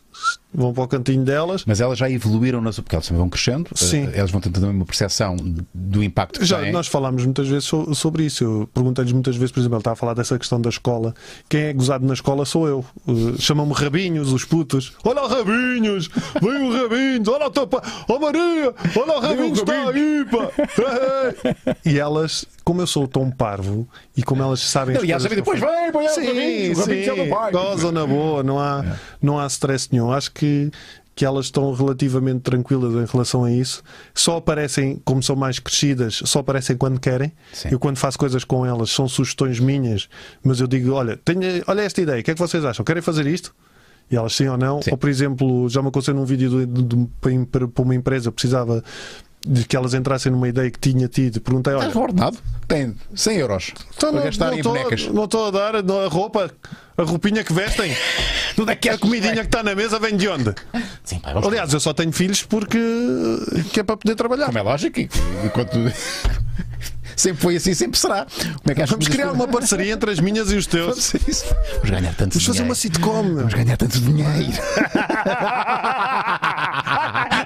Speaker 2: vão para o cantinho delas
Speaker 3: Mas elas já evoluíram na sua. Porque elas também vão crescendo. eh,
Speaker 2: Sim.
Speaker 3: Elas vão tendo também uma percepção do impacto que
Speaker 2: Já,
Speaker 3: têm.
Speaker 2: nós falámos muitas vezes so- sobre isso. Eu perguntei-lhes muitas vezes, por exemplo, ele está a falar dessa questão da escola. Quem é gozado na escola sou eu. Uh, Chamam-me Rabinhos, os putos. Olha o Rabinhos! Vem o Rabinhos! Olha o teu pai! Oh Maria! Olha o Rabinhos está aí, pá! e elas, como eu sou tão parvo e como elas sabem.
Speaker 3: Não,
Speaker 2: as
Speaker 3: e elas
Speaker 2: coisas
Speaker 3: sabem
Speaker 2: que eu
Speaker 3: depois, vem, põe
Speaker 2: Sim,
Speaker 3: o Raminhos, o Raminhos é
Speaker 2: sim,
Speaker 3: do bairro.
Speaker 2: gozam na boa, não há, não há stress nenhum. Acho que, que elas estão relativamente tranquilas em relação a isso. Só aparecem, como são mais crescidas, só aparecem quando querem.
Speaker 3: Sim.
Speaker 2: Eu, quando faço coisas com elas, são sugestões minhas, mas eu digo: olha, tenho, olha esta ideia, o que é que vocês acham? Querem fazer isto? E elas sim ou não?
Speaker 3: Sim.
Speaker 2: Ou, por exemplo, já me aconteceu num vídeo de, de- de- para em- para para uma empresa, eu precisava de que elas entrassem numa ideia que tinha tido. Perguntei: olha,
Speaker 3: Estás ordenado? Tá Tem 100 euros
Speaker 2: então
Speaker 3: para
Speaker 2: não-
Speaker 3: gastar
Speaker 2: não
Speaker 3: em
Speaker 2: tô-
Speaker 3: bonecas.
Speaker 2: Não estou a dar a roupa, a roupinha que vestem.
Speaker 3: Tudo é que
Speaker 2: A comidinha que está na mesa vem de onde?
Speaker 3: Sim, pá, vamos-
Speaker 2: Aliás, eu só tenho filhos porque que é para poder trabalhar.
Speaker 3: Como é lógico, e- enquanto. sempre foi assim, sempre será. Como é que achas
Speaker 2: Vamos
Speaker 3: que
Speaker 2: criar uma parceria entre as minhas e os teus.
Speaker 3: Vamos isso? Vamos ganhar tanto
Speaker 2: Vamos fazer
Speaker 3: dinheiro.
Speaker 2: uma sitcom. meu.
Speaker 3: Vamos ganhar tanto dinheiro.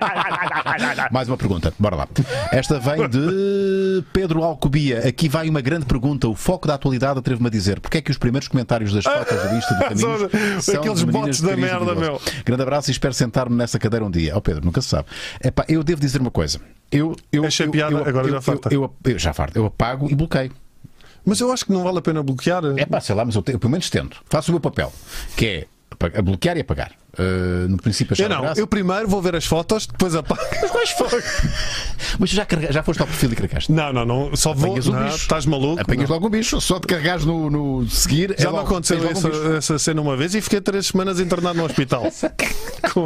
Speaker 3: Mais uma pergunta, bora lá. Esta vem de Pedro Alcobia. Aqui vai uma grande pergunta. O foco da atualidade, atrevo-me a dizer. Porquê é que os primeiros comentários das fotos do Insta de Caminhos são
Speaker 2: Aqueles
Speaker 3: de meninas
Speaker 2: bots
Speaker 3: de
Speaker 2: da
Speaker 3: cariz
Speaker 2: merda,
Speaker 3: duvidoso?
Speaker 2: meu.
Speaker 3: Grande abraço e espero sentar-me nessa cadeira um dia. Ó Pedro, nunca se sabe. Epá, eu devo dizer uma coisa. Eu, eu,
Speaker 2: Achei
Speaker 3: eu-
Speaker 2: piada,
Speaker 3: eu-
Speaker 2: agora
Speaker 3: eu-
Speaker 2: já farta.
Speaker 3: Eu, eu- eu- já farta. Eu apago e bloqueio.
Speaker 2: Mas eu acho que não vale a pena bloquear.
Speaker 3: É pá, sei lá, mas eu, te- eu pelo menos tento. Faço o meu papel, que é apa- bloquear e apagar. Uh, no princípio, achar
Speaker 2: Eu não.
Speaker 3: graça.
Speaker 2: Eu primeiro vou ver as fotos, depois apago.
Speaker 3: Mas já, carrega- já foste ao perfil e carregaste.
Speaker 2: Não, não, não. Só vou.
Speaker 3: Apanhas um
Speaker 2: Não,
Speaker 3: bicho.
Speaker 2: Estás maluco?
Speaker 3: Apanhas
Speaker 2: Não.
Speaker 3: logo um bicho, só te carregares no, no seguir. é
Speaker 2: Já me
Speaker 3: logo-
Speaker 2: aconteceu
Speaker 3: tens
Speaker 2: essa,
Speaker 3: logo um bicho.
Speaker 2: essa cena uma vez e fiquei três semanas internado no hospital. com,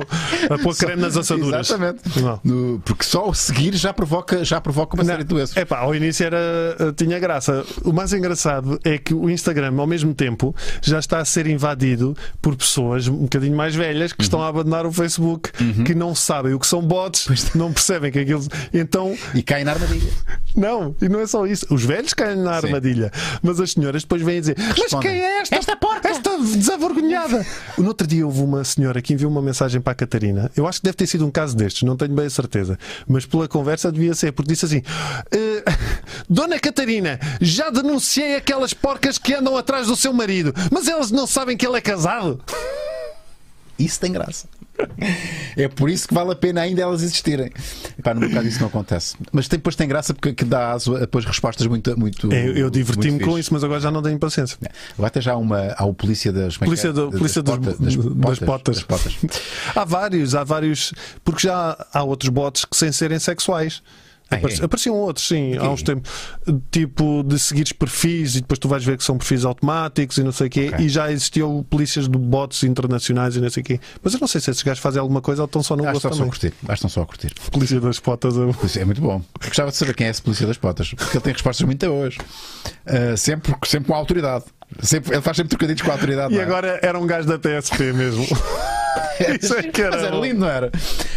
Speaker 2: a pôr creme nas assaduras.
Speaker 3: Exatamente.
Speaker 2: Não.
Speaker 3: No- porque só o seguir já provoca, já provoca uma série de doenças.
Speaker 2: É pá, ao início era, eh, tinha graça. O mais engraçado é que o Instagram, ao mesmo tempo, já está a ser invadido por pessoas um bocadinho mais velhas que estão a abandonar o Facebook, que não sabem o que são bots, não percebem que aquilo. Então,
Speaker 3: E cai na armadilha.
Speaker 2: não, e não é só isso. Os velhos caem na
Speaker 3: Sim.
Speaker 2: armadilha, mas as senhoras depois vêm dizer: Mas
Speaker 3: Respondem.
Speaker 2: quem é esta?
Speaker 3: Esta porca!"
Speaker 2: Esta desavergonhada! No outro dia houve uma senhora que enviou uma mensagem para a Catarina. Eu acho que deve ter sido um caso destes, não tenho bem a certeza. Mas pela conversa devia ser, porque disse assim: "Eh, Dona Catarina, já denunciei aquelas porcas que andam atrás do seu marido, mas elas não sabem que ele é casado.
Speaker 3: Isso tem graça. É por isso que vale a pena ainda elas existirem. Pá, no meu caso isso não acontece. Mas tem- depois tem graça porque que dá aso a depois respostas muito. muito
Speaker 2: É, Eu, eu diverti-me
Speaker 3: muito
Speaker 2: com
Speaker 3: fixe.
Speaker 2: isso, mas agora já não tenho paciência.
Speaker 3: Vai até já uma, há o polícia das. como é que
Speaker 2: Polícia
Speaker 3: é?
Speaker 2: do-
Speaker 3: Das
Speaker 2: polícia dos-
Speaker 3: portas-
Speaker 2: das
Speaker 3: Das
Speaker 2: potas.
Speaker 3: potas.
Speaker 2: Há vários, há vários, porque já há outros bots que sem serem sexuais.
Speaker 3: Ah,
Speaker 2: Apareci-
Speaker 3: é?
Speaker 2: Apareciam outros, sim, há uns tempos, tipo de seguires perfis e depois tu vais ver que são perfis automáticos e não sei o quê,
Speaker 3: Ok.
Speaker 2: e já existiam polícias de bots internacionais e não sei o quê. Mas eu não sei se esses gajos fazem alguma coisa ou estão só no
Speaker 3: Acho que
Speaker 2: gosto
Speaker 3: estão só a
Speaker 2: também.
Speaker 3: curtir. Acho que estão só a curtir.
Speaker 2: Polícia das potas. eu-
Speaker 3: Polícia- É muito bom. Eu gostava de saber quem é esse polícia das potas, porque ele tem respostas muito hoje. sempre, sempre com a autoridade. Sempre, ele faz sempre trocadilhos com a autoridade.
Speaker 2: E
Speaker 3: não é?
Speaker 2: agora era um gajo da PSP mesmo. Isso é que era
Speaker 3: Mas era
Speaker 2: bom.
Speaker 3: lindo, não era?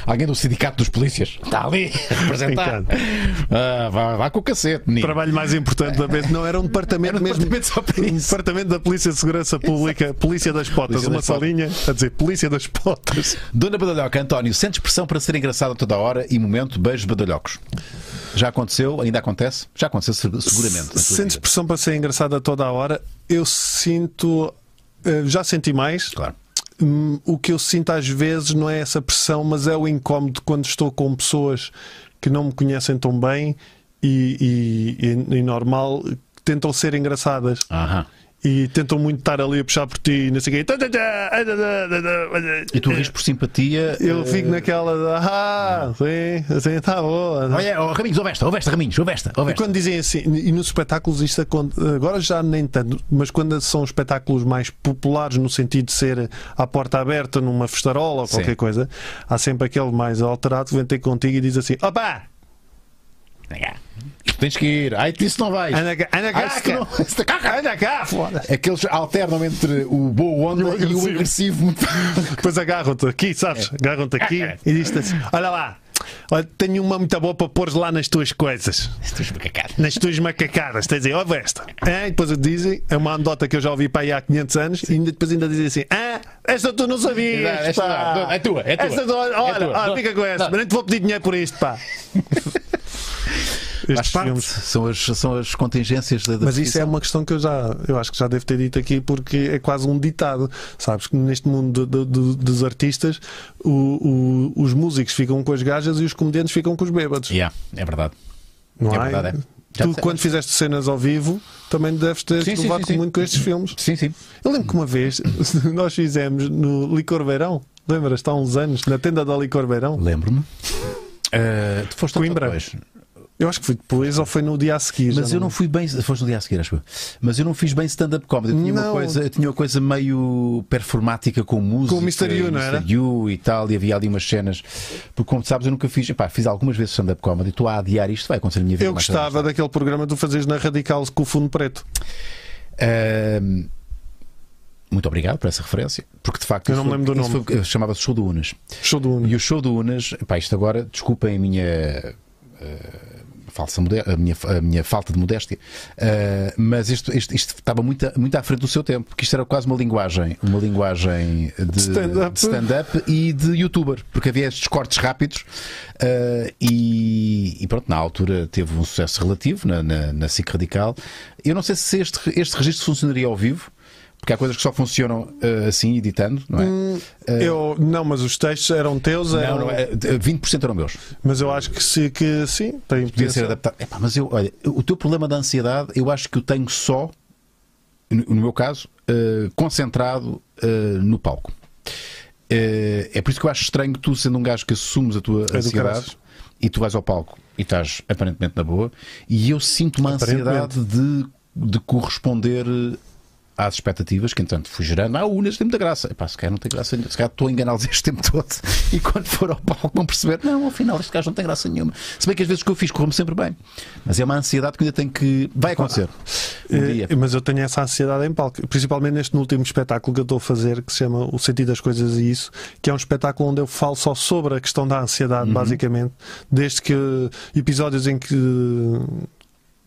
Speaker 3: Alguém do Sindicato dos Polícias está ali a representar.
Speaker 2: Coitado.
Speaker 3: Ah, vá, vá com o cacete,
Speaker 2: O
Speaker 3: menino.
Speaker 2: trabalho mais importante da vez não era um departamento
Speaker 3: Era um
Speaker 2: mesmo.
Speaker 3: departamento só para
Speaker 2: Um
Speaker 3: isso.
Speaker 2: departamento da Polícia de Segurança Pública, Polícia das Potas,
Speaker 3: Polícia
Speaker 2: uma
Speaker 3: das Potas.
Speaker 2: salinha a dizer Polícia das Potas.
Speaker 3: Dona Badalhoca, António, sentes pressão para ser engraçado a toda hora e momento, beijos badalhocos. Já aconteceu? Ainda acontece? Já aconteceu se- seguramente. na tua
Speaker 2: Sentes
Speaker 3: vida.
Speaker 2: pressão para ser engraçado a toda a hora? Eu sinto. eh, Já senti mais.
Speaker 3: Claro.
Speaker 2: Hum, O que eu sinto às vezes não é essa pressão, mas é o incómodo quando estou com pessoas que não me conhecem tão bem e, e, e- e normal tentam ser engraçadas.
Speaker 3: Aham.
Speaker 2: E tentam muito estar ali a puxar por ti e não sei o quê. Tá, tá, tá, ah, tá, tá, tá, tá.
Speaker 3: E tu rires por simpatia.
Speaker 2: Eu
Speaker 3: eh,
Speaker 2: fico naquela de ah, sim, assim está boa.
Speaker 3: Olha, oh, Raminhos, ouve esta, ouve esta, Raminhos, ouve esta, ouve
Speaker 2: E
Speaker 3: esta.
Speaker 2: quando dizem assim, e nos espetáculos isto acontece, agora já nem tanto, mas quando são espetáculos mais populares, no sentido de ser à porta aberta, numa festarola ou
Speaker 3: Sim.
Speaker 2: qualquer coisa, há sempre aquele mais alterado que vem ter contigo e diz assim: opa,
Speaker 3: Tens que ir. Ai, tu isso não vais.
Speaker 2: anda cá, anda cá,
Speaker 3: Ai, isso não- isso não-
Speaker 2: cá, anda cá, fora.
Speaker 3: Aqueles alternam entre o boa onda e o agressivo.
Speaker 2: Depois agarram-te aqui, sabes? Agarram-te aqui e diz-te assim: olha lá, olha, tenho uma muito boa para pôr lá nas tuas coisas.
Speaker 3: é
Speaker 2: nas tuas macacadas, estás a dizer, ouve esta. Ah, e depois dizem, é uma anedota que eu já ouvi para aí há 500 anos, e ainda, depois ainda dizem assim: ah, esta tu não sabias.
Speaker 3: Exato, esta
Speaker 2: pá.
Speaker 3: não, não, é tua, é tua.
Speaker 2: Esta tu- olha,
Speaker 3: É tua.
Speaker 2: olha,
Speaker 3: Não,
Speaker 2: fica com esta,
Speaker 3: não.
Speaker 2: mas nem te vou pedir dinheiro por isto, pá.
Speaker 3: Faz
Speaker 2: Estes
Speaker 3: parte.
Speaker 2: filmes.
Speaker 3: São as, são as contingências da, da
Speaker 2: Mas isso é
Speaker 3: profissão.
Speaker 2: uma questão que eu já, eu acho que já devo ter dito aqui, porque é quase um ditado. Sabes que neste mundo do- do- dos artistas, o- o- os músicos ficam com as gajas e os comediantes ficam com os bêbados.
Speaker 3: Yeah, é verdade.
Speaker 2: Não
Speaker 3: É
Speaker 2: há?
Speaker 3: verdade, é. Já
Speaker 2: Tu,
Speaker 3: disseste.
Speaker 2: quando fizeste cenas ao vivo, também deves ter
Speaker 3: Sim, sim,
Speaker 2: levado
Speaker 3: sim, sim.
Speaker 2: muito com estes filmes.
Speaker 3: Sim, sim.
Speaker 2: Eu lembro que uma vez nós fizemos no Licor Beirão, lembras-te, há uns anos, na tenda da Licor Beirão.
Speaker 3: Lembro-me. Eh, tu foste
Speaker 2: Coimbra.
Speaker 3: depois.
Speaker 2: Eu acho que foi depois ou foi no dia a seguir.
Speaker 3: Mas
Speaker 2: já
Speaker 3: eu não fui bem. Foste no dia a seguir, acho eu. Mas eu não fiz bem stand-up comedy. Eu tinha, uma
Speaker 2: Não.
Speaker 3: coisa, eu tinha uma coisa meio performática com música.
Speaker 2: Com o Mr.
Speaker 3: e
Speaker 2: U, não era?
Speaker 3: Mr. U e tal. E havia ali umas cenas. Porque, como tu sabes, eu nunca fiz. Epá, fiz algumas vezes stand-up comedy. Estou a adiar isto. Vai acontecer na minha vida.
Speaker 2: Eu
Speaker 3: mais tarde ou mais
Speaker 2: gostava daquele programa que tu fazias na Radical com o fundo preto.
Speaker 3: Ahm, muito obrigado por essa referência, porque de facto
Speaker 2: Eu não
Speaker 3: isso
Speaker 2: me lembro do
Speaker 3: isso
Speaker 2: nome.
Speaker 3: foi- chamava-se Show do Unas.
Speaker 2: Show do Uno.
Speaker 3: E o Show do Unas, pá, isto agora, desculpem a minha eh, falsa mode- a minha, a minha falta de modéstia, eh, mas isto, isto, isto estava muito, a- muito à frente do seu tempo, porque isto era quase uma linguagem, uma linguagem de
Speaker 2: stand-up.
Speaker 3: de stand-up e de youtuber, porque havia estes cortes rápidos eh, e, e pronto, na altura teve um sucesso relativo na, na, na SIC Radical. Eu não sei se este, este registro funcionaria ao vivo, porque há coisas que só funcionam eh, assim, editando, não é?
Speaker 2: Eu, não, mas os textos eram teus, eram-
Speaker 3: Não, não, eh, 20% eram meus.
Speaker 2: mas eu acho que, se, que sim,
Speaker 3: Podia
Speaker 2: tem
Speaker 3: ser
Speaker 2: potencial.
Speaker 3: adaptado. Epá, mas eu, olha, o teu problema da ansiedade, eu acho que eu tenho só, no, no meu caso, eh, concentrado eh, no palco. Eh, é por isso que eu acho estranho que tu, sendo um gajo que assumes a tua
Speaker 2: É do
Speaker 3: ansiedade
Speaker 2: caraças.
Speaker 3: e tu vais ao palco e estás aparentemente na boa, e eu sinto uma
Speaker 2: Aparentemente.
Speaker 3: ansiedade de, de corresponder. eh, Às expectativas que, entanto, fui gerando. Ah, o Unas tem muita graça. Epá, se calhar não tem graça nenhuma. Se calhar estou a enganá-los este tempo todo. E quando for ao palco vão perceber, não, afinal, este gajo não tem graça nenhuma. Se bem que as vezes que eu fiz corro-me sempre bem. Mas é uma ansiedade que ainda tem que. Vai acontecer. Um
Speaker 2: Eh,
Speaker 3: dia.
Speaker 2: Mas eu tenho essa ansiedade em palco, principalmente neste último espetáculo que eu estou a fazer, que se chama O Sentido das Coisas e Isso, que é um espetáculo onde eu falo só sobre a questão da ansiedade, basicamente, desde que episódios em que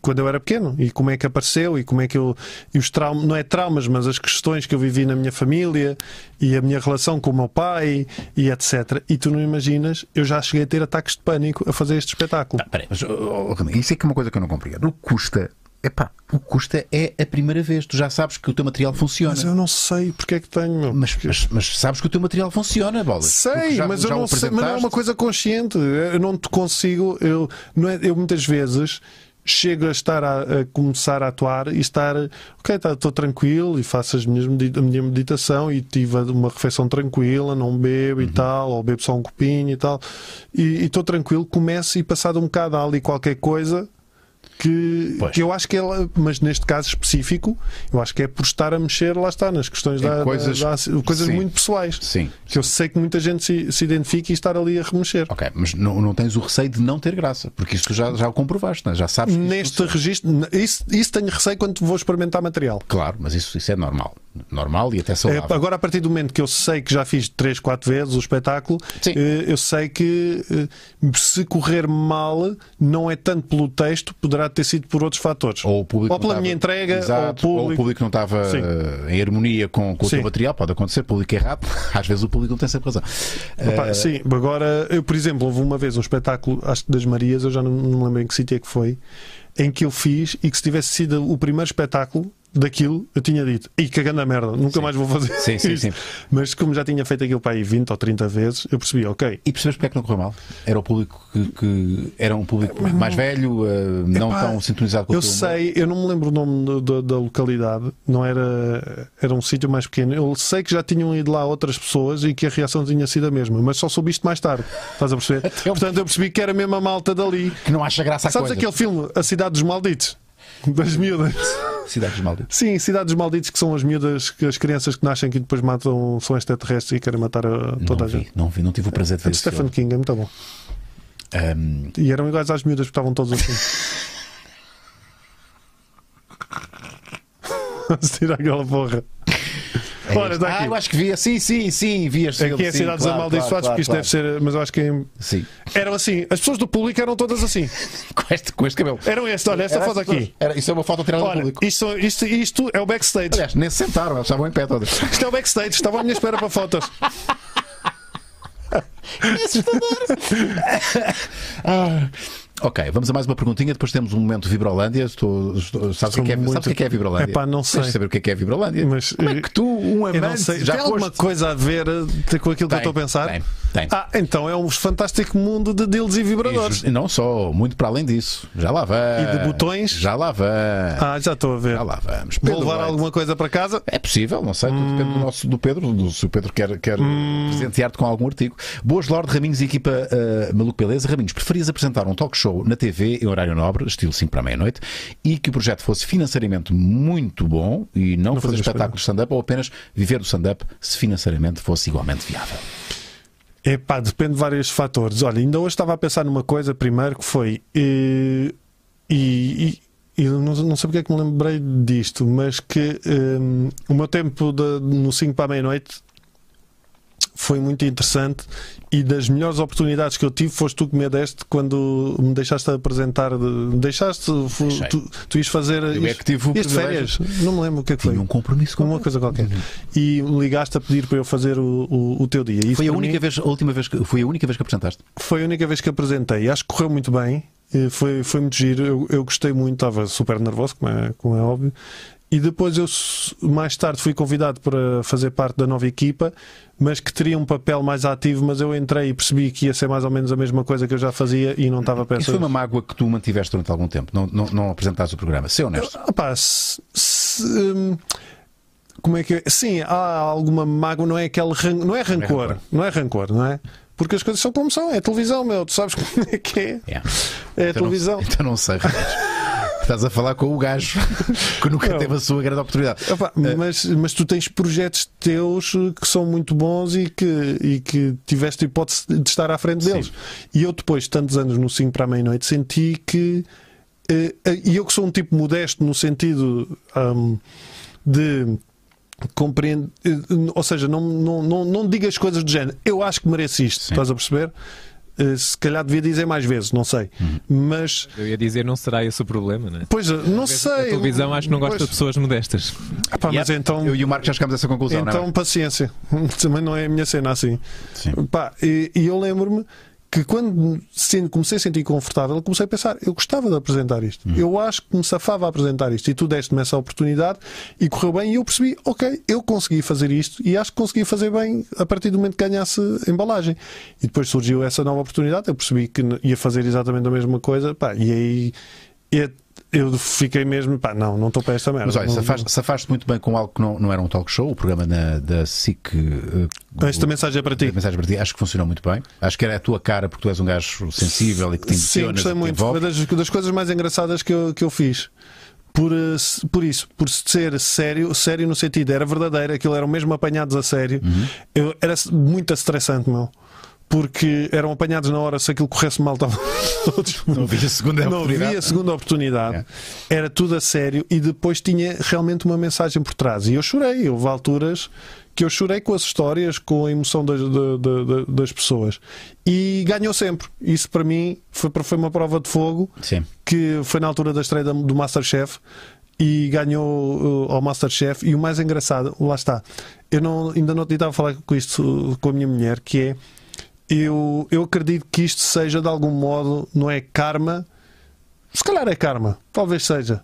Speaker 2: quando eu era pequeno e como é que apareceu e como é que eu e os traumas não é traumas mas as questões que eu vivi na minha família e a minha relação com o meu pai e etc e tu não imaginas eu já cheguei a ter ataques de pânico a fazer este espetáculo
Speaker 3: Ah, peraí, mas oh, oh, Ramiro, isso é que é uma coisa que eu não compreendo. O que custa. Epá, o que custa é a primeira vez. Tu já sabes que o teu material funciona.
Speaker 2: mas
Speaker 3: Mas,
Speaker 2: eu não sei porque é que tenho meu.
Speaker 3: mas, mas sabes que o teu material funciona, bolas. Porque
Speaker 2: Sei,
Speaker 3: já-
Speaker 2: mas
Speaker 3: já
Speaker 2: eu
Speaker 3: o
Speaker 2: não sei, mas não é uma
Speaker 3: apresentaste.
Speaker 2: coisa consciente. Eu não te consigo, eu, não é, eu muitas vezes chego a estar a, a começar a atuar e estar, ok, tá, estou tranquilo e faço as minhas medi- a minha meditação e tive uma refeição tranquila, não bebo
Speaker 3: Uhum.
Speaker 2: e tal, ou bebo só um copinho e tal, e e estou tranquilo, começo e passado um bocado há ali qualquer coisa. Que,
Speaker 3: Pois.
Speaker 2: que eu acho que ela, mas neste caso específico, eu acho que é por estar a mexer, lá está, nas questões
Speaker 3: Em
Speaker 2: da, da-
Speaker 3: coisas-
Speaker 2: da- coisas
Speaker 3: sim.
Speaker 2: muito pessoais
Speaker 3: Sim.
Speaker 2: que eu sei que muita gente se, se identifica e estar ali a remexer.
Speaker 3: Ok, mas não, não tens o receio de não ter graça, porque isto já, já o comprovaste, não é? já sabes. que isto
Speaker 2: Neste registro, n- isso, isso tenho receio quando vou experimentar material.
Speaker 3: Claro, mas isso, isso é normal. normal e até saudável.
Speaker 2: É, agora, a partir do momento que eu sei que já fiz 3, 4 vezes o espetáculo,
Speaker 3: Sim.
Speaker 2: eh, eu sei que eh, se correr mal, não é tanto pelo texto, poderá ter sido por outros fatores.
Speaker 3: ou o público
Speaker 2: pela
Speaker 3: não
Speaker 2: minha
Speaker 3: estava-
Speaker 2: entrega,
Speaker 3: Exato,
Speaker 2: ou o
Speaker 3: ou
Speaker 2: público.
Speaker 3: não estava
Speaker 2: Sim.
Speaker 3: eh, em harmonia com, com o teu
Speaker 2: Sim.
Speaker 3: material, pode acontecer, público errado, às vezes o público não tem sempre razão.
Speaker 2: Opa,
Speaker 3: Eh,
Speaker 2: Sim, agora, eu, por exemplo, houve uma vez um espetáculo, acho que das Marias, eu já não, não me lembro em que sítio é que foi, em que eu fiz e que se tivesse sido o primeiro espetáculo daquilo, eu tinha dito, e cagando a merda, nunca mais vou fazer
Speaker 3: Sim, sim,
Speaker 2: isto."
Speaker 3: sim.
Speaker 2: Mas como já tinha feito aquilo para aí 20 ou 30 vezes, eu percebi, ok,
Speaker 3: E percebes porque é que não correu mal? Era o público que, que- era um público mais velho, eh, não
Speaker 2: Epá,
Speaker 3: tão sintonizado com o
Speaker 2: Eu
Speaker 3: teu humor.
Speaker 2: sei, eu não me lembro o nome do- do- da localidade, não era, era um sítio mais pequeno. Eu sei que já tinham ido lá outras pessoas e que a reação tinha sido a mesma, mas só soube isto mais tarde. Estás a perceber?
Speaker 3: eu-
Speaker 2: Portanto, eu percebi que era mesmo a malta dali.
Speaker 3: que não acha graça a
Speaker 2: Sabes
Speaker 3: coisa.
Speaker 2: aquele filme, A Cidade dos Malditos? Das miúdas.
Speaker 3: Cidades malditas.
Speaker 2: Sim, Cidade dos Malditos, que são as miúdas, que as crianças que nascem que depois matam, são extraterrestres e querem matar a-
Speaker 3: Não
Speaker 2: toda a
Speaker 3: vi,
Speaker 2: gente.
Speaker 3: não vi, não tive o prazer de ver
Speaker 2: É de
Speaker 3: esse
Speaker 2: Stephen
Speaker 3: filme.
Speaker 2: King, é muito bom.
Speaker 3: Ahm,
Speaker 2: E eram iguais às miúdas que estavam todos assim. Se tira aquela porra.
Speaker 3: é
Speaker 2: Ora,
Speaker 3: este.
Speaker 2: está
Speaker 3: Ah,
Speaker 2: aqui.
Speaker 3: eu acho que via, sim, sim, sim, vi este
Speaker 2: Aqui
Speaker 3: filme,
Speaker 2: é
Speaker 3: sim,
Speaker 2: Cidades
Speaker 3: claro,
Speaker 2: Amaldiçoadas,
Speaker 3: claro,
Speaker 2: porque isto
Speaker 3: claro,
Speaker 2: deve ser. Mas eu acho que. em-
Speaker 3: Sim,
Speaker 2: Eram assim, as pessoas do público eram todas assim.
Speaker 3: com este, com este cabelo.
Speaker 2: Eram este, olha, esta
Speaker 3: Era
Speaker 2: foto
Speaker 3: assim,
Speaker 2: aqui.
Speaker 3: Era, isso é uma foto tirada do
Speaker 2: Olha,
Speaker 3: público.
Speaker 2: isto, isto, isto é o backstage.
Speaker 3: Aliás, nem se sentaram, eles estavam em pé todas.
Speaker 2: Isto é o backstage, estava à minha espera para fotos. É
Speaker 3: Ah, Ok, vamos a mais uma perguntinha. Depois temos um momento Vibrolândia. Estou, estou- sabes, o que é,
Speaker 2: muito-
Speaker 3: sabes o que é que é Vibrolândia?
Speaker 2: Epá, não sei.
Speaker 3: Tens de saber o que é que é Vibrolândia.
Speaker 2: Mas,
Speaker 3: Como é
Speaker 2: eh,
Speaker 3: que tu, um
Speaker 2: Eu não
Speaker 3: amante,
Speaker 2: sei.
Speaker 3: já
Speaker 2: tem alguma
Speaker 3: foste?
Speaker 2: coisa a ver eh, com aquilo
Speaker 3: Tem,
Speaker 2: que eu estou a pensar?
Speaker 3: Tem, tem.
Speaker 2: Ah, então é um fantástico mundo de deals e vibradores.
Speaker 3: E não só, muito para além disso. Já lá vamos.
Speaker 2: E de botões?
Speaker 3: Já lá vamos.
Speaker 2: Ah, já estou a ver.
Speaker 3: Já lá vamos.
Speaker 2: Vou
Speaker 3: Pedro
Speaker 2: levar Hum.
Speaker 3: Leite.
Speaker 2: alguma coisa para casa?
Speaker 3: É possível, não sei, tudo depende do, nosso, do Pedro, do, se o Pedro quer, quer
Speaker 2: Hum.
Speaker 3: presentear-te com algum artigo. Boas, Lorde Raminhos e equipa uh, Maluco Beleza. Raminhos, preferias apresentar um talk show na TV em horário nobre, estilo 5 para a meia-noite, e que o projeto fosse financeiramente muito bom e não, fazer
Speaker 2: fazer
Speaker 3: espetáculo de stand-up ou apenas viver do stand-up se financeiramente fosse igualmente viável?
Speaker 2: Epá, depende de vários fatores. Olha, ainda hoje estava a pensar numa coisa primeiro que foi. eh, E, e- e não, não sei porque é que me lembrei disto, mas que eh, o meu tempo de- no 5 para a meia-noite foi muito interessante e das melhores oportunidades que eu tive foste tu que me a deste quando me deixaste apresentar. de- me deixaste, fu-
Speaker 3: Deixei.
Speaker 2: tu, tu ias fazer.
Speaker 3: é que tive o
Speaker 2: ias de
Speaker 3: privilégio.
Speaker 2: férias? Não me lembro o que é que foi.
Speaker 3: Tinha um compromisso com Uhum.
Speaker 2: Uma coisa qualquer. E ligaste a pedir para eu fazer o, o, o teu dia. E
Speaker 3: Foi a
Speaker 2: para
Speaker 3: única
Speaker 2: mim-
Speaker 3: vez, a última vez que, foi a única vez que apresentaste.
Speaker 2: foi a única vez que apresentei. Acho que correu muito bem. Eh, Foi, foi muito giro. Eu, eu gostei muito. Estava super nervoso, como é, como é óbvio. E depois eu, s- mais tarde, fui convidado para fazer parte da nova equipa, mas que teria um papel mais ativo. Mas eu entrei e percebi que ia ser mais ou menos a mesma coisa que eu já fazia e não estava
Speaker 3: Isso
Speaker 2: pensando.
Speaker 3: foi uma mágoa que tu mantiveste durante algum tempo, não, não, não apresentaste o programa. Ser honesto.
Speaker 2: Ah, pá, se- se, hum, como é que é? Sim, há alguma mágoa, não é aquele ran- não é rancor,
Speaker 3: rancor.
Speaker 2: não é rancor, não é? Porque as coisas são como são, é televisão, meu, tu sabes como é que é.
Speaker 3: Yeah.
Speaker 2: É a
Speaker 3: Então não-
Speaker 2: televisão.
Speaker 3: então não sei, rapaz. Estás a falar com o gajo que nunca
Speaker 2: Não.
Speaker 3: teve a sua grande oportunidade.
Speaker 2: Opa, mas, mas tu tens projetos teus eh, que são muito bons e que, e que tiveste a hipótese de estar à frente deles. E eu, depois de tantos anos no 5 para a meia-noite, senti que. eh, eh, E eu, que sou um tipo modesto no sentido ahm, de. Compreendo, eh, ou seja, não, não, não, não diga as coisas do género. Eu acho que mereço isto,
Speaker 3: Sim.
Speaker 2: estás a perceber? Eh, Se calhar devia dizer mais vezes, não sei. Mas,
Speaker 1: Eu ia dizer, não será esse o problema, né?
Speaker 2: pois, eh, não sei.
Speaker 1: A televisão acho que não gosta
Speaker 2: Pois.
Speaker 1: de pessoas modestas.
Speaker 2: Ah, pá, mas
Speaker 1: é
Speaker 3: Yep.
Speaker 2: então.
Speaker 3: Eu e o Marco já chegámos a essa conclusão,
Speaker 2: Então,
Speaker 3: não é?
Speaker 2: paciência. Também não é a minha cena assim.
Speaker 3: Sim.
Speaker 2: Pá, e, e eu lembro-me que quando sen- comecei a sentir confortável, comecei a pensar, eu gostava de apresentar isto.
Speaker 3: Uhum.
Speaker 2: Eu acho que me safava a apresentar isto. E tu deste-me essa oportunidade e correu bem. E eu percebi, ok, eu consegui fazer isto e acho que consegui fazer bem a partir do momento que ganhasse embalagem. E depois surgiu essa nova oportunidade, eu percebi que n- ia fazer exatamente a mesma coisa. Pá, e aí... é- eu fiquei mesmo, pá, não, não estou para esta merda.
Speaker 3: Mas olha,
Speaker 2: Não-
Speaker 3: safaste- safaste muito bem com algo que não, não era um talk show, o programa na- da SIC. eh,
Speaker 2: Esta mensagem é para ti.
Speaker 3: a mensagem para ti, acho que funcionou muito bem. Acho que era a tua cara, porque tu és um gajo sensível e que te emocionas.
Speaker 2: Sim,
Speaker 3: e
Speaker 2: gostei
Speaker 3: que te
Speaker 2: muito. Foi
Speaker 3: envolve.
Speaker 2: das, das coisas mais engraçadas que eu, que eu fiz. Por, eh, se- por isso, por ser sério, sério no
Speaker 3: Uhum.
Speaker 2: sentido, era verdadeiro, aquilo eram mesmo apanhados a sério. Eu, era s- muito estressante, meu. porque eram apanhados na hora se aquilo corresse mal, estavam todos
Speaker 3: Não havia segunda
Speaker 2: não
Speaker 3: É oportunidade.
Speaker 2: havia segunda oportunidade. Era tudo a sério e depois tinha realmente uma mensagem por trás. E eu chorei. Houve alturas que eu chorei com as histórias, com a emoção das, da- da- da- das pessoas. E ganhou sempre. Isso para mim foi, foi uma prova de fogo
Speaker 3: Sim.
Speaker 2: que foi na altura da estreia da- do Masterchef e ganhou uh, ao Masterchef. E o mais engraçado, lá está, eu não, ainda não estava a falar com isto uh, com a minha mulher, que é eu, eu acredito que isto seja de algum modo, não é karma, se calhar é karma, talvez seja.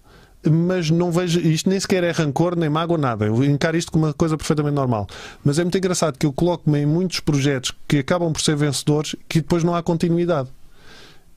Speaker 2: Mas não vejo isto, nem sequer é rancor, nem mágoa, nada. Eu encaro isto como uma coisa perfeitamente normal. Mas é muito engraçado que eu coloco-me em muitos projetos que acabam por ser vencedores que depois não há continuidade.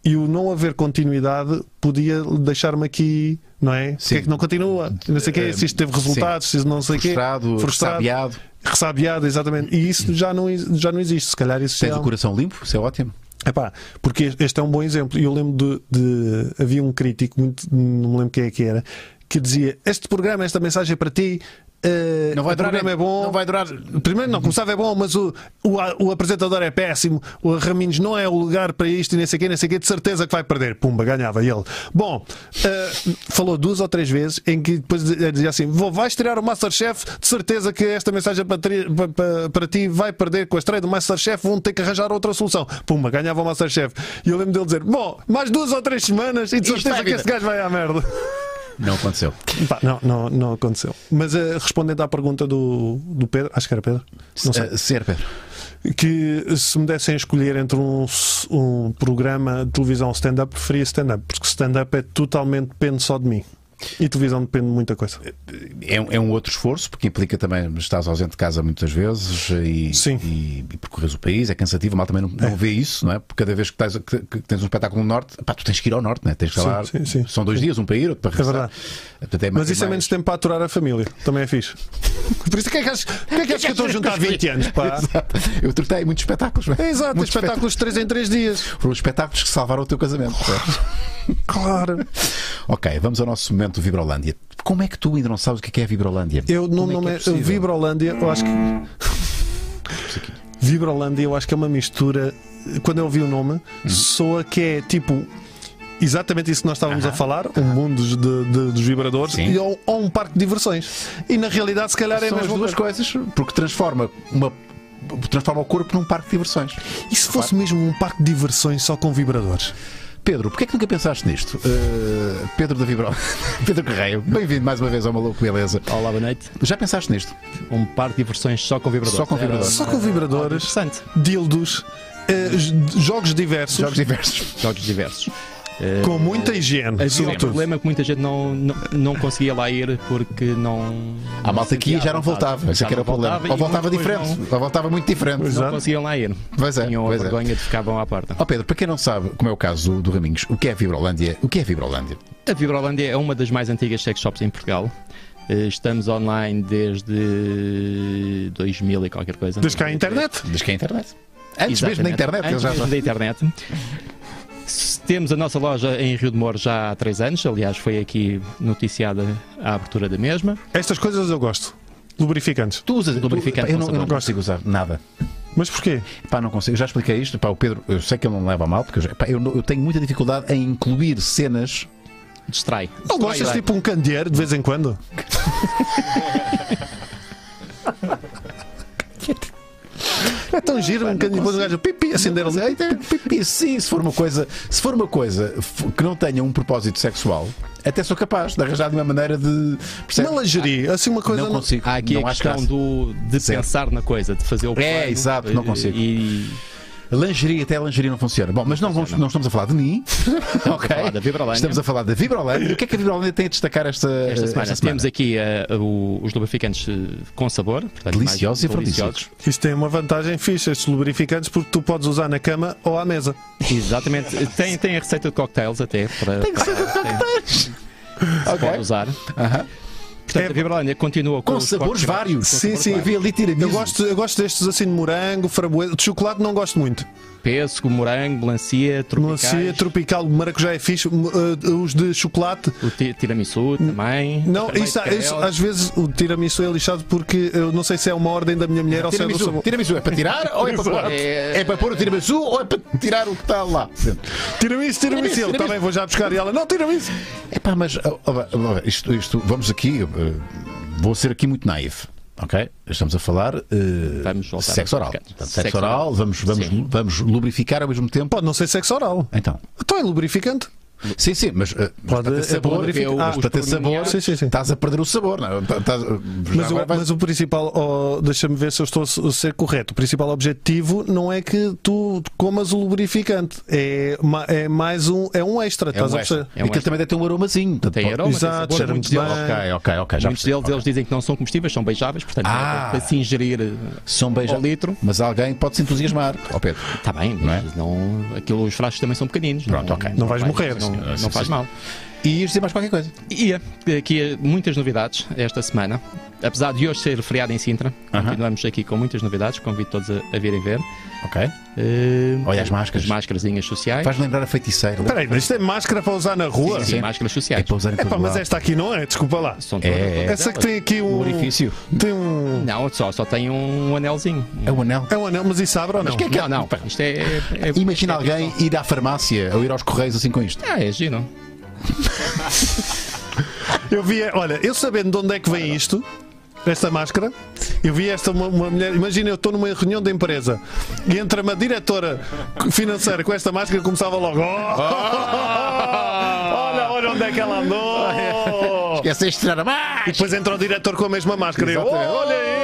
Speaker 2: E o não haver continuidade podia deixar-me aqui, não é? Porque
Speaker 3: Sim. Eh,
Speaker 2: é que não continua? Não sei o quê, se isto teve resultados, se não sei o quê.
Speaker 3: Frustrado, ressabiado.
Speaker 2: Ressabiado, exatamente. E isso já não, ex- já não existe. Se calhar isso
Speaker 3: Tens
Speaker 2: já... um
Speaker 3: o coração limpo, isso é ótimo.
Speaker 2: Epá, porque este- este é um bom exemplo. E Eu lembro de, de- Havia um crítico, muito, não me lembro quem é que era, que dizia: Este programa, esta mensagem é para ti. eh,
Speaker 3: Não vai
Speaker 2: o
Speaker 3: durar.
Speaker 2: programa é bom.
Speaker 3: Não vai durar.
Speaker 2: Primeiro, não, começava é bom, mas o, o, a- o apresentador é péssimo. O Raminhos não é o lugar para isto e nem sei o quê, nem sei o quê. De certeza que vai perder. Pumba, ganhava ele. Bom, eh, falou duas ou três vezes em que depois dizia assim: Vou, vais tirar o Masterchef, de certeza que esta mensagem para, tri- pa- pa- para ti vai perder com a estreia do Masterchef, vão ter que arranjar outra solução. Pumba, ganhava o Masterchef. E eu lembro dele dizer: Bom, mais duas ou três semanas e de
Speaker 3: Isto
Speaker 2: certeza
Speaker 3: vai
Speaker 2: que este gajo vai à merda.
Speaker 3: Não aconteceu.
Speaker 2: Pá, não, não, não aconteceu. Mas eh, respondendo à pergunta do, do Pedro, acho que era Pedro. Não sei
Speaker 3: Eh, Ser, Pedro.
Speaker 2: que se me dessem a escolher entre um, s- um programa de televisão stand-up, preferia stand-up, porque stand-up é totalmente depende só de mim. E televisão depende de muita coisa.
Speaker 3: é, um- é um outro esforço, porque implica também estás ausente de casa muitas vezes e,
Speaker 2: Sim.
Speaker 3: e, e percorres o país, é cansativo, mal também não, não vê isso, não é? Porque cada vez que, estás- que- que tens um espetáculo no norte, pá, tu tens que ir ao norte, não é? Tens que
Speaker 2: Sim,
Speaker 3: falar,
Speaker 2: sim, sim. É
Speaker 3: são dois dias, um para ir, outro para regressar.
Speaker 2: verdade.
Speaker 3: Portanto,
Speaker 2: Mas
Speaker 3: mais-
Speaker 2: isso é
Speaker 3: mais-
Speaker 2: menos tempo para aturar a família. Também é fixe. Por isso, o que é que achas o que, é que, achas que eu estou a juntar 20 anos? Pá?
Speaker 3: Exato. Eu tratei muitos espetáculos, não é?
Speaker 2: É exato,
Speaker 3: muitos
Speaker 2: espetáculos de 3 em 3 dias.
Speaker 3: espetáculos- Foram os espetáculos que salvaram o teu casamento. é?
Speaker 2: Claro.
Speaker 3: ok, vamos ao nosso momento Vibrolândia. Como é que tu ainda não sabes o que é que é a Vibrolândia?
Speaker 2: Eu não,
Speaker 3: Como é
Speaker 2: não
Speaker 3: que é
Speaker 2: me...
Speaker 3: possível?
Speaker 2: Vibrolândia, eu acho que. Vibrolândia, eu acho que é uma mistura. Quando eu ouvi o nome,
Speaker 3: Uhum.
Speaker 2: soa que é tipo. Exatamente isso que nós estávamos a falar, um mundo de, de- dos vibradores
Speaker 3: Sim.
Speaker 2: e ou, ou um parque de diversões. E na realidade, se calhar é
Speaker 3: São
Speaker 2: mesmo
Speaker 3: as duas coisas, porque transforma uma transforma o corpo num parque de diversões.
Speaker 2: E se fosse mesmo um parque de diversões só com vibradores?
Speaker 3: Pedro, porquê é que nunca pensaste nisto? Uh, Pedro da Vibro, Pedro Guerreiro, bem-vindo mais uma vez ao Maluco Beleza.
Speaker 5: Olá, boa noite.
Speaker 3: Já pensaste nisto?
Speaker 5: Um par de diversões só com É vibrador.
Speaker 3: Só com vibrador.
Speaker 2: Só com vibradores,
Speaker 5: Interessante.
Speaker 2: dildos, eh, j- jogos diversos,
Speaker 3: Jogos diversos.
Speaker 5: Jogos diversos.
Speaker 2: com muita higiene,
Speaker 5: Havia um
Speaker 2: sobretudo.
Speaker 5: problema que muita gente não, não, não conseguia lá ir porque não.
Speaker 3: A malta aqui
Speaker 5: sentia
Speaker 3: já
Speaker 5: à
Speaker 3: não
Speaker 5: vontade.
Speaker 3: voltava, esse é
Speaker 5: Já
Speaker 3: que era o
Speaker 5: não
Speaker 3: problema. Ou
Speaker 5: e
Speaker 3: voltava
Speaker 5: depois
Speaker 3: diferente,
Speaker 5: Não,
Speaker 3: ou voltava muito diferente.
Speaker 5: não
Speaker 2: Exato.
Speaker 5: conseguiam lá ir.
Speaker 3: Pois é,
Speaker 5: Tinham a
Speaker 3: pois é.
Speaker 5: vergonha de ficavam à porta.
Speaker 3: Ó Pedro, para quem não sabe, como é o caso do, do Raminhos, o que é a Vibrolândia? O que é a Vibrolândia?
Speaker 5: A Vibrolândia é uma das mais antigas sex shops em Portugal. Eh, Estamos online desde 2000 e qualquer coisa.
Speaker 2: Desde cá a internet.
Speaker 3: Diz que é a internet. Antes
Speaker 5: Exatamente.
Speaker 3: mesmo da internet, eles
Speaker 5: Antes
Speaker 3: já
Speaker 5: mesmo da internet. S- Temos a nossa loja em Rio de Moro já há três anos, aliás, foi aqui noticiada a abertura da mesma.
Speaker 2: Estas coisas eu gosto. Lubrificantes.
Speaker 3: Tu usas
Speaker 5: Lubrificante
Speaker 3: eu
Speaker 5: com
Speaker 3: não, eu não
Speaker 5: sabor.
Speaker 3: consigo usar nada.
Speaker 2: Mas porquê?
Speaker 3: Pá, não consigo. Eu já expliquei isto. Pá, o Pedro, eu sei que ele não leva a mal, porque eu, já- pá, eu não- eu tenho muita dificuldade em incluir cenas
Speaker 5: Distrai.
Speaker 2: Não
Speaker 3: é
Speaker 2: gostas tipo um candeeiro de vez em quando? É
Speaker 5: Ah,
Speaker 2: tão giro um candeeiro, depois um gajo pipi, acender ali.
Speaker 3: Eita, pipi, sim, se for uma coisa, se for uma coisa f- que não tenha um propósito sexual, até sou capaz de arranjar de uma maneira de percebe? Ah,
Speaker 2: Uma lingerie, assim uma coisa.
Speaker 3: não consigo.
Speaker 5: Há aqui
Speaker 3: não
Speaker 5: a
Speaker 3: acho
Speaker 5: questão
Speaker 3: graça.
Speaker 5: do, de
Speaker 3: Zero.
Speaker 5: pensar na coisa, de fazer o plano.
Speaker 3: É, exato, não
Speaker 5: eh,
Speaker 3: consigo. Eh,
Speaker 5: E
Speaker 3: Lingerie, até a lingerie não funciona. Bom, mas não, vamos- não estamos a falar de mim. ok.
Speaker 5: falar da Vibrolândia.
Speaker 3: Estamos a falar da Vibrolândia. E O que é que a Vibrolândia tem a destacar esta,
Speaker 5: esta semana,
Speaker 3: esta
Speaker 5: temos aqui eh, o- os lubrificantes eh, com sabor. portanto, mais
Speaker 3: Deliciosos e afrodisíacos.
Speaker 2: Isto tem uma vantagem fixa, estes lubrificantes, porque tu podes usar na cama ou à mesa.
Speaker 5: Exatamente. Eh, Tem, tem a receita de cocktails até. Para, tem receita de cocktails. Pode usar.
Speaker 3: Aham.
Speaker 5: Portanto,
Speaker 2: É-
Speaker 5: a Vibrolândia continua com,
Speaker 3: Com
Speaker 5: os
Speaker 3: sabores
Speaker 5: cortes grátis.
Speaker 3: vários.
Speaker 2: Sim,
Speaker 5: Com sabores
Speaker 2: sim.
Speaker 5: vários.
Speaker 3: Havia ali tiramisu.
Speaker 2: Eu gosto, eu gosto destes assim de morango, framboesa. De chocolate não gosto muito.
Speaker 5: Pêssego, morango, melancia, tropicais.
Speaker 2: Melancia, tropical, maracujá é fixe. m- eh, os de chocolate.
Speaker 5: O ti- tiramisu também.
Speaker 2: Não,
Speaker 5: Vermelho
Speaker 2: isso,
Speaker 5: de canela.
Speaker 2: isso-
Speaker 3: é-
Speaker 2: às vezes o tiramisu é lixado porque eu não sei se é uma ordem da minha mulher ou se é do
Speaker 3: Tiramisu.
Speaker 2: sabor.
Speaker 3: tiramisu é para tirar ou é para pôr? É... é para pôr o tiramisu ou é para tirar o que está lá?
Speaker 2: Tiramisu, tiramisu. Ele também vou já buscar e ela, não, tiramisu.
Speaker 3: É pá, mas ó, ó, ó, isto, isto, vamos aqui, eh, vou ser aqui muito naive. Ok? Estamos a falar eh,
Speaker 5: Vamos voltar
Speaker 3: sexo
Speaker 5: aos
Speaker 3: oral.
Speaker 5: lubrificantes.
Speaker 3: Portanto, sexo
Speaker 5: Sexo
Speaker 3: oral,
Speaker 5: oral.
Speaker 3: vamos, vamos,
Speaker 5: Sim.
Speaker 3: vamos lubrificar ao mesmo tempo.
Speaker 2: Pode não ser sexo oral.
Speaker 3: Então,
Speaker 2: Então é lubrificante.
Speaker 3: sim, sim, mas, eh, mas
Speaker 2: Pode-
Speaker 3: para
Speaker 2: é
Speaker 3: ter sabor,
Speaker 2: lubrificar.
Speaker 3: eu-
Speaker 2: Ah,
Speaker 3: mas para ter
Speaker 5: os
Speaker 3: sabor,
Speaker 5: polinianos.
Speaker 2: Sim, sim, sim.
Speaker 3: estás a perder o sabor. Não? é? Estás- já
Speaker 2: Mas,
Speaker 3: agora
Speaker 2: o,
Speaker 3: vais-
Speaker 2: mas o principal, ó, deixa-me ver se eu estou a s- ser correto. O principal objetivo não é que tu comas o lubrificante, é, ma- é mais um, é um extra.
Speaker 3: É
Speaker 2: estás
Speaker 3: um
Speaker 2: a
Speaker 3: extra.
Speaker 2: perceber?
Speaker 5: É um
Speaker 3: e aquilo
Speaker 5: extra.
Speaker 3: também deve ter um aromazinho. Portanto,
Speaker 5: Tem
Speaker 3: pode-
Speaker 5: aroma,
Speaker 2: Exato,
Speaker 5: tem sabor,
Speaker 2: cheira
Speaker 5: muitos
Speaker 2: muito
Speaker 5: deles,
Speaker 2: bem.
Speaker 3: Ok, ok, ok. Já
Speaker 5: muitos
Speaker 3: percebi.
Speaker 5: deles eles dizem que não são comestíveis, são beijáveis, portanto,
Speaker 3: Ah.
Speaker 5: para se ingerir eh,
Speaker 3: São beijos
Speaker 5: ao litro.
Speaker 3: Mas alguém pode se entusiasmar. Ó Pedro.
Speaker 5: Está bem,
Speaker 3: Não é?
Speaker 5: mas não, aquilo, os frascos também são pequeninos. é?
Speaker 3: Pronto, ok.
Speaker 2: Não vais morrer,
Speaker 5: Não,
Speaker 3: senhora.
Speaker 5: não
Speaker 3: Sim,
Speaker 5: faz
Speaker 3: sim.
Speaker 5: mal.
Speaker 3: E ias dizer mais qualquer coisa.
Speaker 5: E eh, aqui eh, muitas novidades esta semana. Apesar de hoje ser feriado em Sintra,
Speaker 3: Aham.
Speaker 5: continuamos aqui com muitas novidades. Convido todos a, a virem ver.
Speaker 3: Ok.
Speaker 5: Eh,
Speaker 3: Olha as máscaras.
Speaker 5: As máscarazinhas sociais.
Speaker 3: Faz lembrar a feiticeira.
Speaker 2: Espera aí, mas isto é máscara para usar na rua?
Speaker 5: Sim, máscaras
Speaker 3: É
Speaker 5: sociais.
Speaker 3: para usar em
Speaker 2: Epá,
Speaker 3: todo
Speaker 2: mas
Speaker 3: lado.
Speaker 2: esta aqui não é, desculpa lá.
Speaker 5: São
Speaker 3: É,
Speaker 5: todas-
Speaker 3: é,
Speaker 5: todas
Speaker 2: Essa que
Speaker 5: elas.
Speaker 2: tem aqui
Speaker 3: Um
Speaker 2: um.
Speaker 3: orifício.
Speaker 2: Tem um.
Speaker 5: Não, só, só tem um anelzinho.
Speaker 3: É um anel.
Speaker 2: É um anel, mas isso abre ou não?
Speaker 3: que é que-
Speaker 5: Não, não. Isto é. é- é-
Speaker 3: Imagina
Speaker 5: é
Speaker 3: alguém ir à farmácia ou ir aos correios assim com isto.
Speaker 5: Ah, é giro.
Speaker 2: Eu vi, olha, eu sabendo de onde é que vem isto, esta máscara, eu vi esta uma, uma mulher. Imagina, eu estou numa reunião da empresa e entra-me a diretora financeira com esta máscara e começava logo. "Oh,
Speaker 3: Ah!"
Speaker 2: olha, olha onde é que ela andou!
Speaker 3: Essa é estranha.
Speaker 2: E
Speaker 3: Mas...
Speaker 2: depois entra o diretor com a mesma máscara. e eu,
Speaker 3: Exatamente.
Speaker 2: "Oh, olha ele!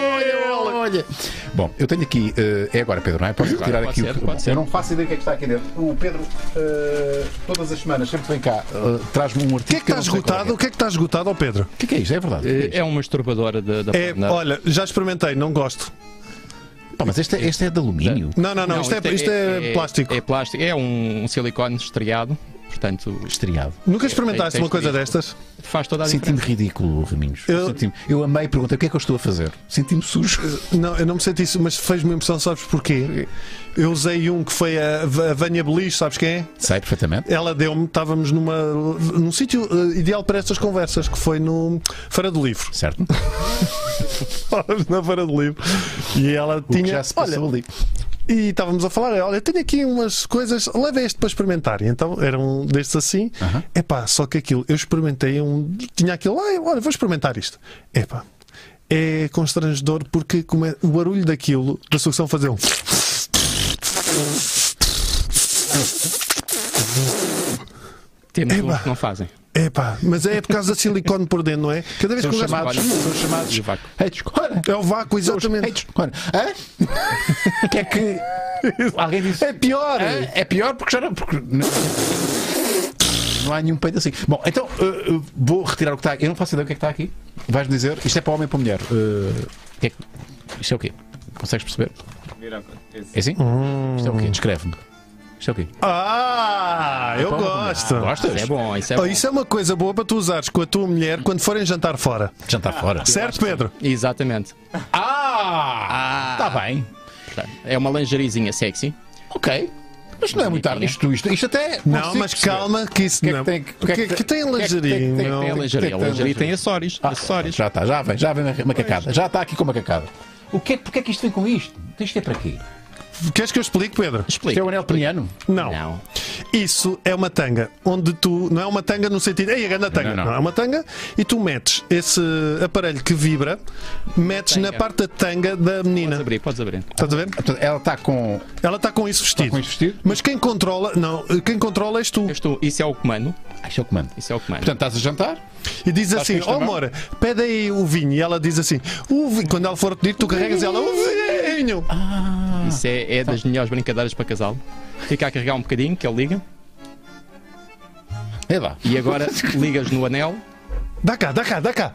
Speaker 3: olha. Bom, eu tenho aqui. eh, é agora, Pedro, não é? Posso
Speaker 5: Claro,
Speaker 3: tirar
Speaker 5: pode
Speaker 3: aqui
Speaker 5: ser,
Speaker 3: o.
Speaker 5: pode ser.
Speaker 3: Eu não faço ideia do que é que está aqui dentro. O Pedro, eh, todas as semanas, sempre vem cá, eh, traz-me um artigo.
Speaker 2: O que é que
Speaker 3: eu
Speaker 2: está
Speaker 3: não sei qual
Speaker 2: esgotado? O que é que está esgotado, ó Pedro?
Speaker 3: O que é que é isto? É verdade. O que é isto?
Speaker 5: É uma masturbadora da, da
Speaker 2: É,
Speaker 5: Pornhub.
Speaker 2: olha, já experimentei, não gosto.
Speaker 3: Pá, mas este, é- este é de alumínio.
Speaker 2: Não, não, não, isto, é, isto é, plástico.
Speaker 5: É plástico, é um, um silicone estreado, portanto
Speaker 3: Estriado.
Speaker 2: Nunca experimentaste
Speaker 5: tem-
Speaker 2: uma coisa
Speaker 5: tem-
Speaker 2: destas?
Speaker 5: faz toda a diferença.
Speaker 3: Senti-me ridículo, Raminhos.
Speaker 2: Eu-
Speaker 3: Senti-me- Eu amei a pergunta: o que é que eu estou a fazer? Senti-me sujo.
Speaker 2: Não, eu não me senti isso, mas fez-me impressão, sabes porquê? Eu usei um que foi a, a Vânia Belis, sabes quem é?
Speaker 3: Sei perfeitamente.
Speaker 2: Ela deu-me, estávamos numa, num sítio eh, ideal para estas conversas, que foi no Feira do Livro.
Speaker 3: Certo?
Speaker 2: Na Feira do Livro. E ela
Speaker 3: O que
Speaker 2: tinha.
Speaker 3: já se passou
Speaker 2: olha,
Speaker 3: ali.
Speaker 2: e estávamos a falar, olha, tenho aqui umas coisas, leva este para experimentar. E então era um destes assim.
Speaker 3: Aham.
Speaker 2: Epá, só que aquilo, eu experimentei um. Tinha aquilo lá, eu, olha, vou experimentar isto. Epá. É constrangedor porque come- o barulho daquilo, da sucção fazer um.
Speaker 5: Temos
Speaker 2: Eba.
Speaker 5: uns que não fazem.
Speaker 2: Epá, mas é por causa da silicone por dentro, não é? Cada vez que
Speaker 3: São
Speaker 2: um gajo-
Speaker 3: chamados.
Speaker 5: Olha,
Speaker 3: São chamados.
Speaker 5: e o vácuo.
Speaker 3: Hates. Ora,
Speaker 2: É o vácuo,
Speaker 3: são os
Speaker 2: exatamente.
Speaker 3: hates. Ora, hã? O que é que. Alguém disse.
Speaker 2: É pior!
Speaker 3: "Hã?" É pior porque já não. Porque não... não há nenhum peito assim. Bom, então uh, uh, vou retirar o que está aqui. Eu não faço ideia do que é que está aqui. Vais-me dizer. Isto é para homem ou para mulher? Uh, o que é que- Isto é o quê? Consegues perceber? É assim?
Speaker 2: Hum.
Speaker 3: Isto é o quê? Descreve-me. Isto é o quê?
Speaker 2: Ah, eu
Speaker 3: Pá,
Speaker 2: gosto!
Speaker 3: Gostas?
Speaker 5: Isso é bom, isso é
Speaker 2: Oh,
Speaker 5: bom.
Speaker 2: isso é uma coisa boa para tu usares com a tua mulher quando forem jantar fora.
Speaker 3: Jantar fora.
Speaker 2: Certo, Pedro?
Speaker 5: é- Exatamente.
Speaker 3: Ah! Está bem.
Speaker 5: Portanto, é uma lingeriezinha sexy.
Speaker 3: Ok. Mas não é muito tarde. Isto, isto, isto até.
Speaker 2: Não,
Speaker 3: consigo
Speaker 2: mas
Speaker 3: perceber.
Speaker 2: calma que isso
Speaker 3: que é que
Speaker 2: não.
Speaker 3: tem-
Speaker 2: O que é que tem
Speaker 3: o que é que tem-
Speaker 2: lingerie?
Speaker 3: tem-
Speaker 5: É
Speaker 2: não?
Speaker 3: tem-
Speaker 5: lingerie. A
Speaker 3: tem
Speaker 5: lingerie
Speaker 3: lingerie.
Speaker 5: tem acessórios. acessórios.
Speaker 3: Já está, já vem, já vem a macacada. Já está aqui com a macacada. O que é, porque é que isto vem com isto? Isto é para quê?
Speaker 2: Queres que eu explique, Pedro?
Speaker 3: Isto
Speaker 5: Explica.
Speaker 3: é o anel peniano?
Speaker 2: Não.
Speaker 5: Não.
Speaker 2: Isso é uma tanga, onde tu. Não é uma tanga no sentido. Ei, a grande tanga. Não,
Speaker 3: não.
Speaker 2: é uma tanga. E tu metes esse aparelho que vibra, metes na
Speaker 5: Tanga.
Speaker 2: parte da tanga da
Speaker 5: Podes
Speaker 2: menina.
Speaker 5: abrir, podes abrir.
Speaker 2: Estás a ver?
Speaker 3: Portanto, Ela está com,
Speaker 2: Ela está com isso
Speaker 3: está
Speaker 2: vestido.
Speaker 3: com isto vestido?
Speaker 2: Mas quem controla. Não, quem controla és tu.
Speaker 5: Eu estou- isso é o comando.
Speaker 3: Ah, isto é o comando.
Speaker 5: Isso é o comando.
Speaker 3: Portanto, estás a jantar?
Speaker 2: E diz
Speaker 3: Acho que
Speaker 2: assim:
Speaker 3: isto é
Speaker 2: Ó
Speaker 3: bom.
Speaker 2: amor, pede aí o vinho. E ela diz assim: o vinho. Quando ela for pedir, tu carregas ela: o vinho.
Speaker 5: isso é, é das melhores brincadeiras para casal. Fica a carregar um bocadinho, que ele liga.
Speaker 3: É lá.
Speaker 5: E agora ligas no anel.
Speaker 2: Dá cá, dá cá, dá cá.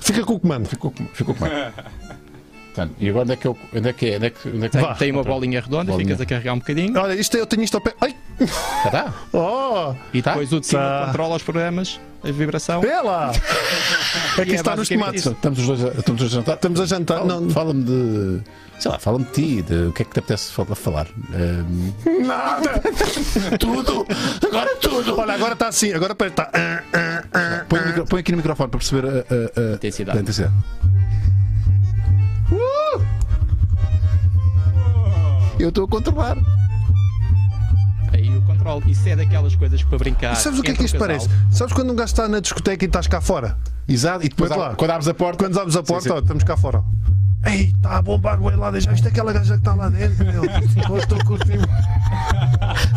Speaker 2: Fica com o comando.
Speaker 3: Ficou, com- ficou comando. Portanto, e agora onde é que eu. Onde é que é? Onde é que, onde é que
Speaker 5: Tem, tem uma bolinha redonda,
Speaker 3: Bolinha.
Speaker 5: ficas a carregar um bocadinho
Speaker 2: Olha, isto, é, eu tenho isto ao pé. Ai!
Speaker 3: Tá, tá.
Speaker 2: Oh!
Speaker 5: e depois o de cima
Speaker 2: Tá.
Speaker 5: controla os programas, a vibração.
Speaker 2: Pela! É que
Speaker 5: E é
Speaker 2: está nos
Speaker 5: basicamente
Speaker 2: tomates.
Speaker 5: isso.
Speaker 3: Estamos os dois a, estamos os dois a jantar.
Speaker 2: Estamos a jantar.
Speaker 3: Fala-
Speaker 2: Não,
Speaker 3: Fala-me de. Sei lá, fala-me de ti, de o que é que te apetece fal- falar. Ahm,
Speaker 2: nada!
Speaker 3: tudo! Agora tudo!
Speaker 2: Olha, agora está assim, agora parece que está. ah, ah, ah,
Speaker 3: Põe, o micro- põe aqui no microfone para perceber ah, a, a- a-
Speaker 5: Intensidade.
Speaker 3: a intensidade. Eu estou a controlar.
Speaker 5: Aí o controle. Isso é daquelas coisas para brincar.
Speaker 2: ah. Sabes o que é que
Speaker 5: entre
Speaker 2: isto
Speaker 5: casal.
Speaker 2: parece? Sabes quando um gajo está na discoteca e estás cá fora?
Speaker 3: Exato, e depois
Speaker 2: Mas
Speaker 3: ab-
Speaker 2: lá.
Speaker 3: quando abres a porta.
Speaker 2: Quando abres a
Speaker 3: Sim,
Speaker 2: porta,
Speaker 3: sim.
Speaker 2: ó, estamos cá fora. Ei, está a bombar o helado já. Isto é aquela gaja que está lá dentro, meu. Eu Estou a curtir.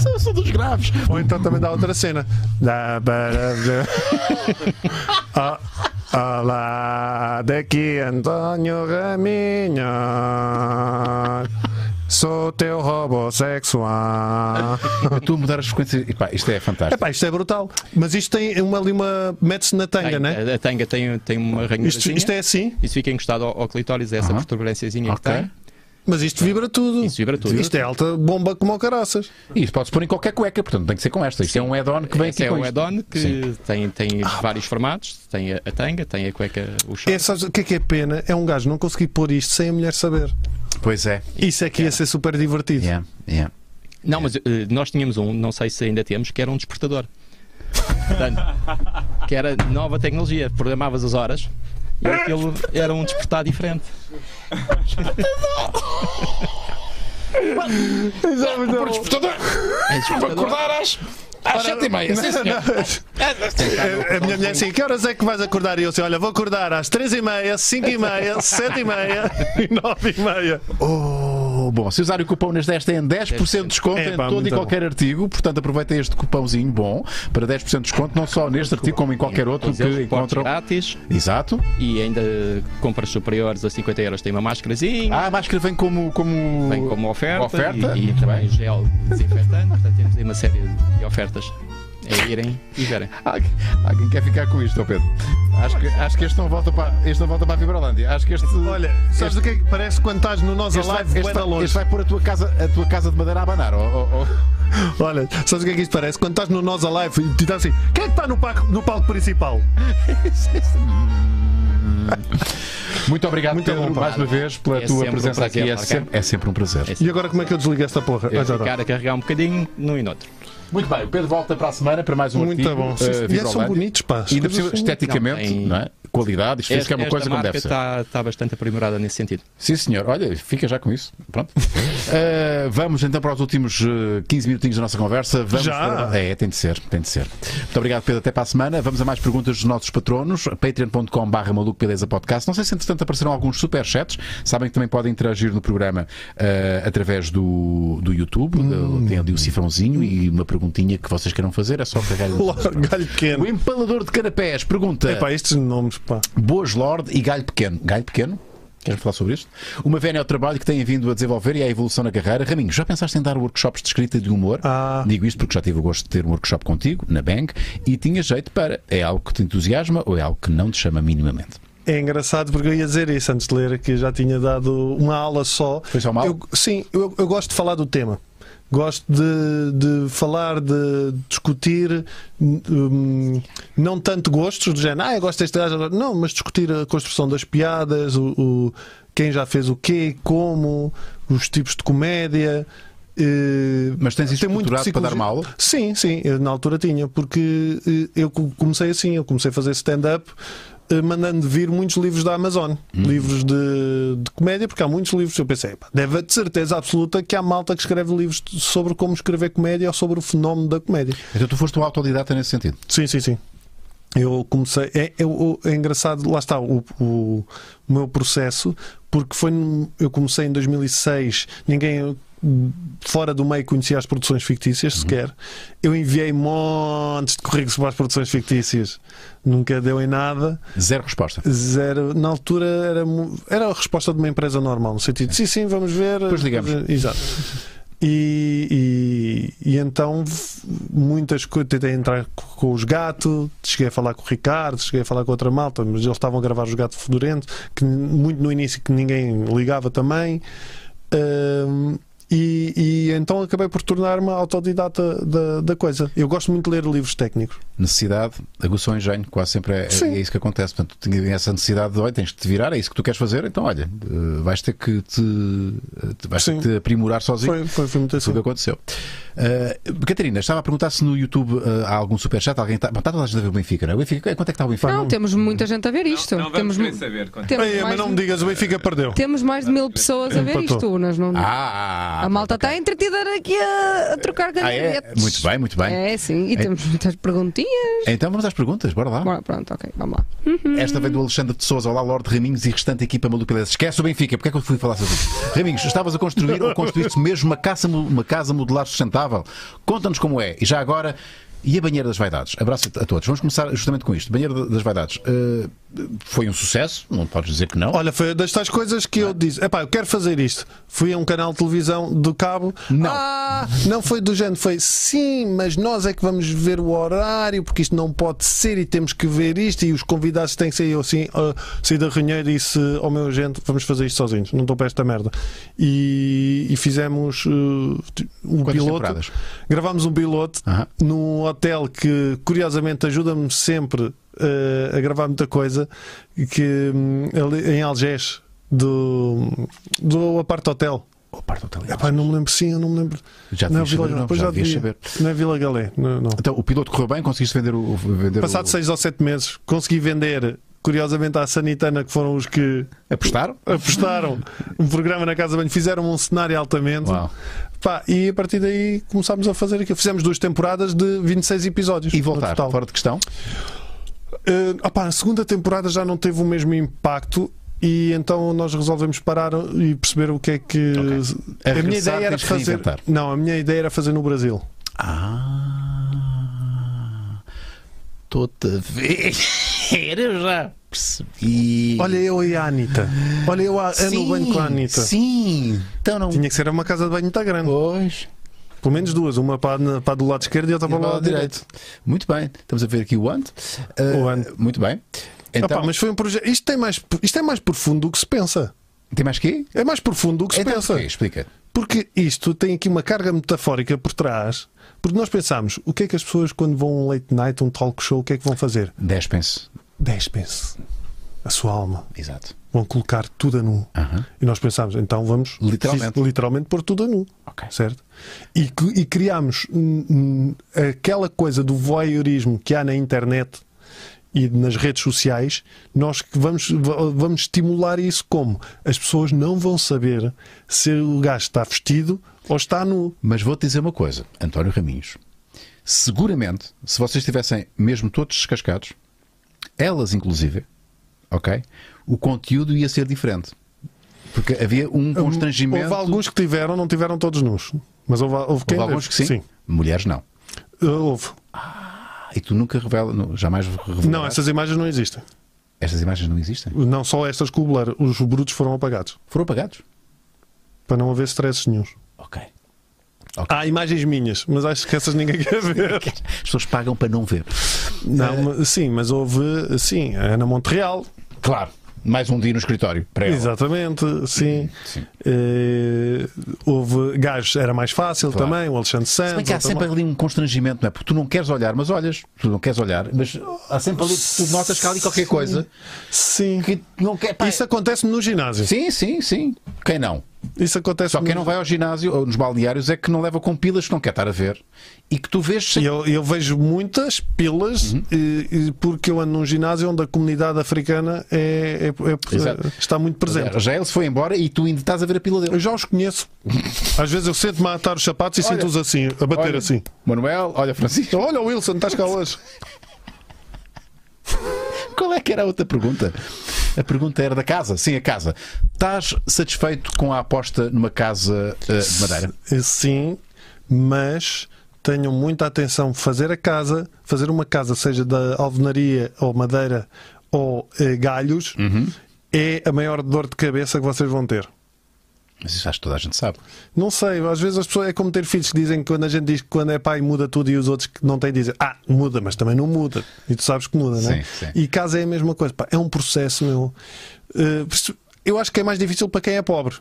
Speaker 3: São, são dos graves.
Speaker 2: Ou então também dá outra cena. Dá para ver. Ah, Olá, daqui António Raminho. Sou teu robô sexual.
Speaker 3: Eu estou a mudar as frequências. Epá, isto é fantástico.
Speaker 2: Epá, isto é brutal. Mas isto tem uma, ali uma. Mete-se na
Speaker 5: Tem,
Speaker 2: tanga,
Speaker 3: é
Speaker 2: né?
Speaker 5: a, a tanga tem, tem uma
Speaker 2: Isto,
Speaker 5: ranhurazinha.
Speaker 2: isto é assim,
Speaker 5: Isso fica encostado ao, ao clitóris, essa
Speaker 3: Aham.
Speaker 5: protuberânciazinha
Speaker 3: Ok.
Speaker 5: que tem.
Speaker 2: mas isto vibra tudo.
Speaker 5: Isso vibra tudo.
Speaker 2: Isto é alta bomba como o caraças.
Speaker 3: E Isto pode-se pôr em qualquer cueca, portanto tem que ser com esta. Isto é um add-on que vem
Speaker 5: Esse
Speaker 3: aqui
Speaker 2: assim
Speaker 3: com
Speaker 5: é um
Speaker 3: isto.
Speaker 5: add-on
Speaker 3: Sim.
Speaker 5: que tem, tem
Speaker 2: Ah,
Speaker 5: vários formatos. Tem a, a tanga, tem a cueca, o short.
Speaker 2: É, sabes, o que é que é pena? É um gajo não conseguir pôr isto sem a mulher saber.
Speaker 3: Pois é.
Speaker 2: Isso é que ia ser super divertido.
Speaker 3: Yeah, yeah.
Speaker 5: Não, mas eh, nós tínhamos um, não sei se ainda temos, que era um despertador. Portanto, que era nova tecnologia. Programavas as horas e aquilo era um despertar diferente.
Speaker 3: Por despertador! Para acordar às. Às sete e meia, sim senhor.
Speaker 2: A, a minha mulher assim, que horas é que vais acordar? E eu assim, olha, vou acordar às 3h30, 5h30, 7h30 e 9h30.
Speaker 3: Oh, bom, se usarem o cupom nas 10 têm 10% de desconto
Speaker 2: É,
Speaker 3: em
Speaker 2: pá,
Speaker 3: todo e
Speaker 2: muito
Speaker 3: qualquer artigo, portanto aproveitem este cupomzinho bom para 10% de desconto, não só neste artigo como em qualquer outro
Speaker 5: Todos
Speaker 3: que
Speaker 5: eles portes
Speaker 3: encontram.
Speaker 5: grátis
Speaker 3: Exato.
Speaker 5: e ainda compras superiores a 50 euros tem uma máscarazinha.
Speaker 3: Ah, a máscara vem como. como...
Speaker 5: Vem como oferta,
Speaker 3: Ah, Oferta,
Speaker 5: e, e
Speaker 3: muito
Speaker 5: também
Speaker 3: bem.
Speaker 5: gel desinfetante. Portanto, temos aí uma série de ofertas. É irem e verem.
Speaker 3: Alguém, alguém quer ficar com isto, ó Pedro? Acho que, acho que este não volta para, este não volta para a Vibrolândia. Acho que este.
Speaker 2: Olha, sabes o que é que parece quando estás no Nós
Speaker 3: este, vai,
Speaker 2: Alive,
Speaker 3: este,
Speaker 2: bué da
Speaker 3: vai,
Speaker 2: longe?
Speaker 3: este vai pôr a tua casa, a tua casa de madeira a abanar. ó, ó, ó.
Speaker 2: Olha, sabes o que é que isto parece? Quando estás no Nós Alive e te dá assim, quem é que está no palco, no palco principal?
Speaker 3: Muito obrigado,
Speaker 2: Muito
Speaker 3: Pedro,
Speaker 2: bom, pá.
Speaker 3: mais uma vez pela
Speaker 5: É
Speaker 3: tua
Speaker 5: sempre um
Speaker 3: presença
Speaker 5: prazer,
Speaker 3: aqui. É
Speaker 5: Marcão.
Speaker 3: sempre, é sempre um prazer.
Speaker 2: E agora como é que eu desligo esta porra? Ah, já dá.
Speaker 5: Ficar a carregar um bocadinho num e noutro.
Speaker 3: Muito bem, o Pedro volta para a semana para mais um
Speaker 2: Muito
Speaker 3: artigo.
Speaker 2: bom.
Speaker 3: eh,
Speaker 2: Sim, sim. E é são
Speaker 3: Vibrolândia.
Speaker 2: bonitos, pá. As
Speaker 3: E ainda
Speaker 2: coisas
Speaker 3: por cima,
Speaker 2: são-
Speaker 3: esteticamente,
Speaker 5: Não, tem-
Speaker 3: não é? qualidade, isto fez que é uma
Speaker 5: Esta-
Speaker 3: coisa
Speaker 5: esta
Speaker 3: como
Speaker 5: marca
Speaker 3: deve ser.
Speaker 5: Está, está bastante aprimorada nesse sentido.
Speaker 3: Sim, senhor. Olha, fica já com isso. Pronto. Uh, vamos então para os últimos uh, 15 minutinhos da nossa conversa. Vamos
Speaker 2: Já?
Speaker 3: para- É, tem de ser, tem de ser. Muito obrigado, Pedro. Até para a semana. Vamos a mais perguntas dos nossos patronos. patreon.com.br maluco beleza podcast. Não sei se entretanto aparecerão alguns superchats. Sabem que também podem interagir no programa uh, através do, do YouTube.
Speaker 2: Hum.
Speaker 3: Do- Tem ali o cifrãozinho e uma perguntinha que vocês queiram fazer. É só carregar.
Speaker 2: Largalho
Speaker 3: O
Speaker 2: um pequeno.
Speaker 3: empalador de canapés pergunta.
Speaker 2: Epá, estes nomes, pá.
Speaker 3: Boas Lorde e Galho Pequeno. Galho Pequeno? Queres falar sobre isto? Uma vénia ao trabalho que têm vindo a desenvolver e à evolução na carreira. Raminho, já pensaste em dar workshops de escrita e de humor?
Speaker 2: Ah.
Speaker 3: Digo isto porque já tive o gosto de ter um workshop contigo, na Bank, e tinha jeito para. É algo que te entusiasma ou é algo que não te chama minimamente?
Speaker 2: É engraçado porque eu ia dizer isso antes de ler, que já tinha dado uma aula só.
Speaker 3: Foi só uma aula?
Speaker 2: Eu, sim, eu, eu gosto de falar do tema. Gosto de, de falar, de discutir, hum, não tanto gostos, do género, ah, eu gosto deste gajo, não, mas discutir a construção das piadas, o, o- quem já fez o quê, como, os tipos de comédia. eh,
Speaker 3: Mas tens isto
Speaker 2: tem muito
Speaker 3: estruturado para dar
Speaker 2: psicologia.
Speaker 3: uma aula?
Speaker 2: Sim, sim, eu na altura tinha, porque eh, eu co- comecei assim, eu comecei a fazer stand-up eh, mandando vir muitos livros da Amazon, livros de, de comédia, porque há muitos livros. Eu pensei, "Pá, deve de certeza absoluta que há malta que escreve livros de- sobre como escrever comédia ou sobre o fenómeno da comédia.
Speaker 3: Então tu foste um autodidata nesse sentido.
Speaker 2: Sim, sim, sim. Eu comecei. É, é o- é engraçado, lá está o, o meu processo, porque foi. num- Eu comecei em 2006, ninguém hum, fora do meio conhecia as produções fictícias sequer. Eu enviei montes de currículos para as produções fictícias, nunca deu em nada.
Speaker 3: Zero resposta.
Speaker 2: Zero. Na altura era, mu- era a resposta de uma empresa normal, no sentido de sim, sim, vamos ver.
Speaker 3: Depois ligamos.
Speaker 2: Exato. E, e, e então f- muitas coisas. Tentei entrar co- com os gato, cheguei a falar com o Ricardo, cheguei a falar com outra malta, mas eles estavam a gravar os gato fedorento, que n- muito no início que ninguém ligava também. Ahm, e, e então acabei por tornar-me autodidata da, da coisa. Eu gosto muito de ler livros técnicos.
Speaker 3: necessidade, aguçou o engenho, quase sempre é, é,
Speaker 2: Sim.
Speaker 3: é isso que acontece. Portanto, tinha essa necessidade de, olha, tens de te virar, é isso que tu queres fazer, então olha, eh, vais ter que te, eh, te- vais ter
Speaker 2: Sim.
Speaker 3: que te aprimorar sozinho.
Speaker 2: Foi, foi, foi muito
Speaker 3: Foi
Speaker 2: assim.
Speaker 3: o que aconteceu. Eh, Catarina, estava a perguntar se no YouTube eh, há algum superchat. Alguém está, Bom, está toda a gente a ver o Benfica, não é? O Benfica, quanto é que está o Benfica?
Speaker 4: Não, temos muita gente a ver isto. temos,
Speaker 1: saber.
Speaker 4: temos
Speaker 3: É,
Speaker 2: Ei, mas
Speaker 4: mais, um
Speaker 2: não me digas, o Benfica perdeu.
Speaker 4: temos mais de mil pessoas a ver
Speaker 2: Empatou.
Speaker 4: isto, Unas. Não...
Speaker 3: Ah,
Speaker 4: um- a malta
Speaker 3: ok.
Speaker 4: está entretida aqui a, a trocar
Speaker 3: Ah, é?
Speaker 4: ganetes.
Speaker 3: Muito bem, muito bem.
Speaker 4: É, sim. E temos muitas perguntinhas.
Speaker 3: Então vamos às perguntas, bora lá.
Speaker 4: Bora, pronto, ok, vamos lá.
Speaker 3: Esta vem do Alexandre de Souza, olá Lorde Raminhos e restante equipa maluca dessas. Esquece o Benfica, porque é que eu fui falar sobre isso? Raminhos, estavas a construir ou construíste mesmo uma casa, uma casa modular sustentável? Conta-nos como é. E já agora, e a banheira das vaidades? Abraço a todos. Vamos começar justamente com isto. Banheira das vaidades. Eh, foi um sucesso, não podes dizer que não. é?
Speaker 2: Olha, foi das tais coisas que eu disse: epá, eu quero fazer isto. Fui a um canal de televisão do Cabo.
Speaker 3: Não.
Speaker 2: Ah, não foi do género, foi sim, mas nós é que vamos ver o horário, porque isto não pode ser e temos que ver isto. E os convidados têm que ser. Eu assim, ah, saí da reunião e disse ao meu agente: vamos fazer isto sozinhos, não estou para esta merda. E, e fizemos uh, um
Speaker 3: Quantas
Speaker 2: piloto.
Speaker 3: temporadas?
Speaker 2: Gravámos um piloto
Speaker 3: Aham.
Speaker 2: num hotel que, curiosamente, ajuda-me sempre eh, a gravar muita coisa, que hum, ali em Algés, do, do Aparte Hotel.
Speaker 3: Oh, parto, tá ligado.
Speaker 2: Epá, não me lembro, sim, eu não me lembro.
Speaker 3: Já
Speaker 2: não é
Speaker 3: devias saber,
Speaker 2: Vila Galé,
Speaker 3: não,
Speaker 2: pois
Speaker 3: já
Speaker 2: já
Speaker 3: devias
Speaker 2: devia.
Speaker 3: saber.
Speaker 2: Não é Vila Galé, não. não.
Speaker 3: Então, o piloto correu bem, conseguiste vender o. Vender
Speaker 2: Passado
Speaker 3: o...
Speaker 2: seis ou sete meses, consegui vender, curiosamente, à Sanitana, que foram os que
Speaker 3: Apostaram?
Speaker 2: apostaram um programa na Casa de Banho, fizeram um cenário altamente.
Speaker 3: Uau.
Speaker 2: Pá, e a partir daí começámos a fazer aquilo. Fizemos duas temporadas de 26 episódios.
Speaker 3: E
Speaker 2: no
Speaker 3: voltar,
Speaker 2: total.
Speaker 3: fora de questão.
Speaker 2: Eh, opá, a segunda temporada já não teve o mesmo impacto e então nós resolvemos parar e perceber o que é que
Speaker 3: Ok. A
Speaker 2: a, minha
Speaker 3: regressar,
Speaker 2: ideia era
Speaker 3: tens que
Speaker 2: fazer
Speaker 3: reinventar.
Speaker 2: não a minha ideia era fazer no Brasil
Speaker 3: Ah, estou-te a ver. Eu já percebi.
Speaker 2: olha eu e a Anitta olha eu a Ana no banho com a Anitta
Speaker 3: Sim, então não.
Speaker 2: tinha que ser uma casa de banho muito grande
Speaker 3: Pois.
Speaker 2: pelo menos duas uma para, a- para do lado esquerdo e outra para o lado direito
Speaker 3: Muito bem, estamos a ver aqui o Ant. Ah,
Speaker 2: O Ant.
Speaker 3: Muito bem. Então,
Speaker 2: Opá, mas foi um projeto isto tem mais isto é mais profundo do que se pensa
Speaker 3: tem mais quê?
Speaker 2: é mais profundo do que se
Speaker 3: Então,
Speaker 2: pensa
Speaker 3: porquê? Explica.
Speaker 2: Porque isto tem aqui uma carga metafórica por trás. Porque nós pensamos, o que é que as pessoas quando vão a um late night, um talk show, o que é que vão fazer?
Speaker 3: Despem-se.
Speaker 2: Despem-se. A sua alma.
Speaker 3: Exato.
Speaker 2: Vão colocar tudo a nu.
Speaker 3: Aham.
Speaker 2: E nós pensámos, então vamos
Speaker 3: Literalmente.
Speaker 2: literalmente pôr tudo a nu.
Speaker 3: Ok.
Speaker 2: Certo? E, cri- e criámos hum, hum, aquela coisa do voyeurismo que há na internet e nas redes sociais, nós que vamos, va- vamos estimular isso como? As pessoas não vão saber se o gajo está vestido ou está nu.
Speaker 3: Mas vou-te dizer uma coisa, António Raminhos. Seguramente, se vocês estivessem mesmo todos descascados, elas inclusive, ok? O conteúdo ia ser diferente. Porque havia um constrangimento.
Speaker 2: Houve alguns que tiveram, não tiveram todos nus. Mas houve, houve quem
Speaker 3: Houve alguns
Speaker 2: teve.
Speaker 3: que sim, Mulheres não.
Speaker 2: Sim. Houve.
Speaker 3: Ah, E tu nunca revela, não, jamais revelas.
Speaker 2: Não, essas imagens não existem.
Speaker 3: Estas imagens não existem.
Speaker 2: Não só estas com o blur, os brutos foram apagados.
Speaker 3: Foram apagados.
Speaker 2: Para não haver stresses nenhums.
Speaker 3: Ok.
Speaker 2: Há imagens minhas, mas acho que essas ninguém quer ver.
Speaker 3: As pessoas pagam para não ver.
Speaker 2: Não, mas- sim, mas houve, sim, a Ana Montreal,
Speaker 3: Claro. Mais um dia no escritório. Para ela.
Speaker 2: exatamente, sim.
Speaker 3: Sim.
Speaker 2: Eh, houve gajos, era mais fácil
Speaker 3: Claro.
Speaker 2: também, o Alexandre
Speaker 3: Se
Speaker 2: Santos.
Speaker 3: bem que há
Speaker 2: outro
Speaker 3: sempre
Speaker 2: mal-
Speaker 3: ali um constrangimento, não é? Porque tu não queres olhar, mas olhas. Tu não queres olhar, mas há sempre ali, tu notas que há ali qualquer coisa
Speaker 2: Sim.
Speaker 3: que não quer. pá,
Speaker 2: Isso é- acontece no ginásio.
Speaker 3: Sim, sim, sim. Quem não?
Speaker 2: Isso acontece
Speaker 3: Só quem
Speaker 2: no-
Speaker 3: não vai ao ginásio ou nos balneários é que não leva com pilas que não quer estar a ver e que tu vês
Speaker 2: E
Speaker 3: sem.
Speaker 2: Eu, eu vejo muitas
Speaker 3: Uhum.
Speaker 2: pilas eh, eh, porque eu ando num ginásio onde a comunidade africana é, é- é-
Speaker 3: Exato.
Speaker 2: está muito presente.
Speaker 3: Já ele se foi embora e tu ainda estás a ver a pila dele.
Speaker 2: Eu já os conheço. Às vezes eu sento-me a atar os sapatos e
Speaker 3: Olha.
Speaker 2: sinto-os assim, a bater
Speaker 3: Olha,
Speaker 2: assim.
Speaker 3: Manuel, olha, Francisco.
Speaker 2: Olha, Wilson, estás cá hoje.
Speaker 3: Qual é que era a outra pergunta? A pergunta era da casa, sim, a casa. Estás satisfeito com a aposta numa casa eh, de madeira?
Speaker 2: Eh, Sim, mas tenham muita atenção. Fazer a casa, fazer uma casa, seja da alvenaria ou madeira ou eh, galhos, é a maior dor de cabeça que vocês vão ter.
Speaker 3: Mas isso acho que toda a gente sabe.
Speaker 2: Não sei, às vezes as pessoas é como ter filhos que dizem que quando a gente diz que quando é pai muda tudo e os outros que não têm dizem ah, muda, mas também não muda. E tu sabes que muda, não
Speaker 3: Sim,
Speaker 2: é?
Speaker 3: sim.
Speaker 2: E casa é a mesma coisa. Pá, é um processo, meu. Eh, eu acho que é mais difícil para quem é pobre.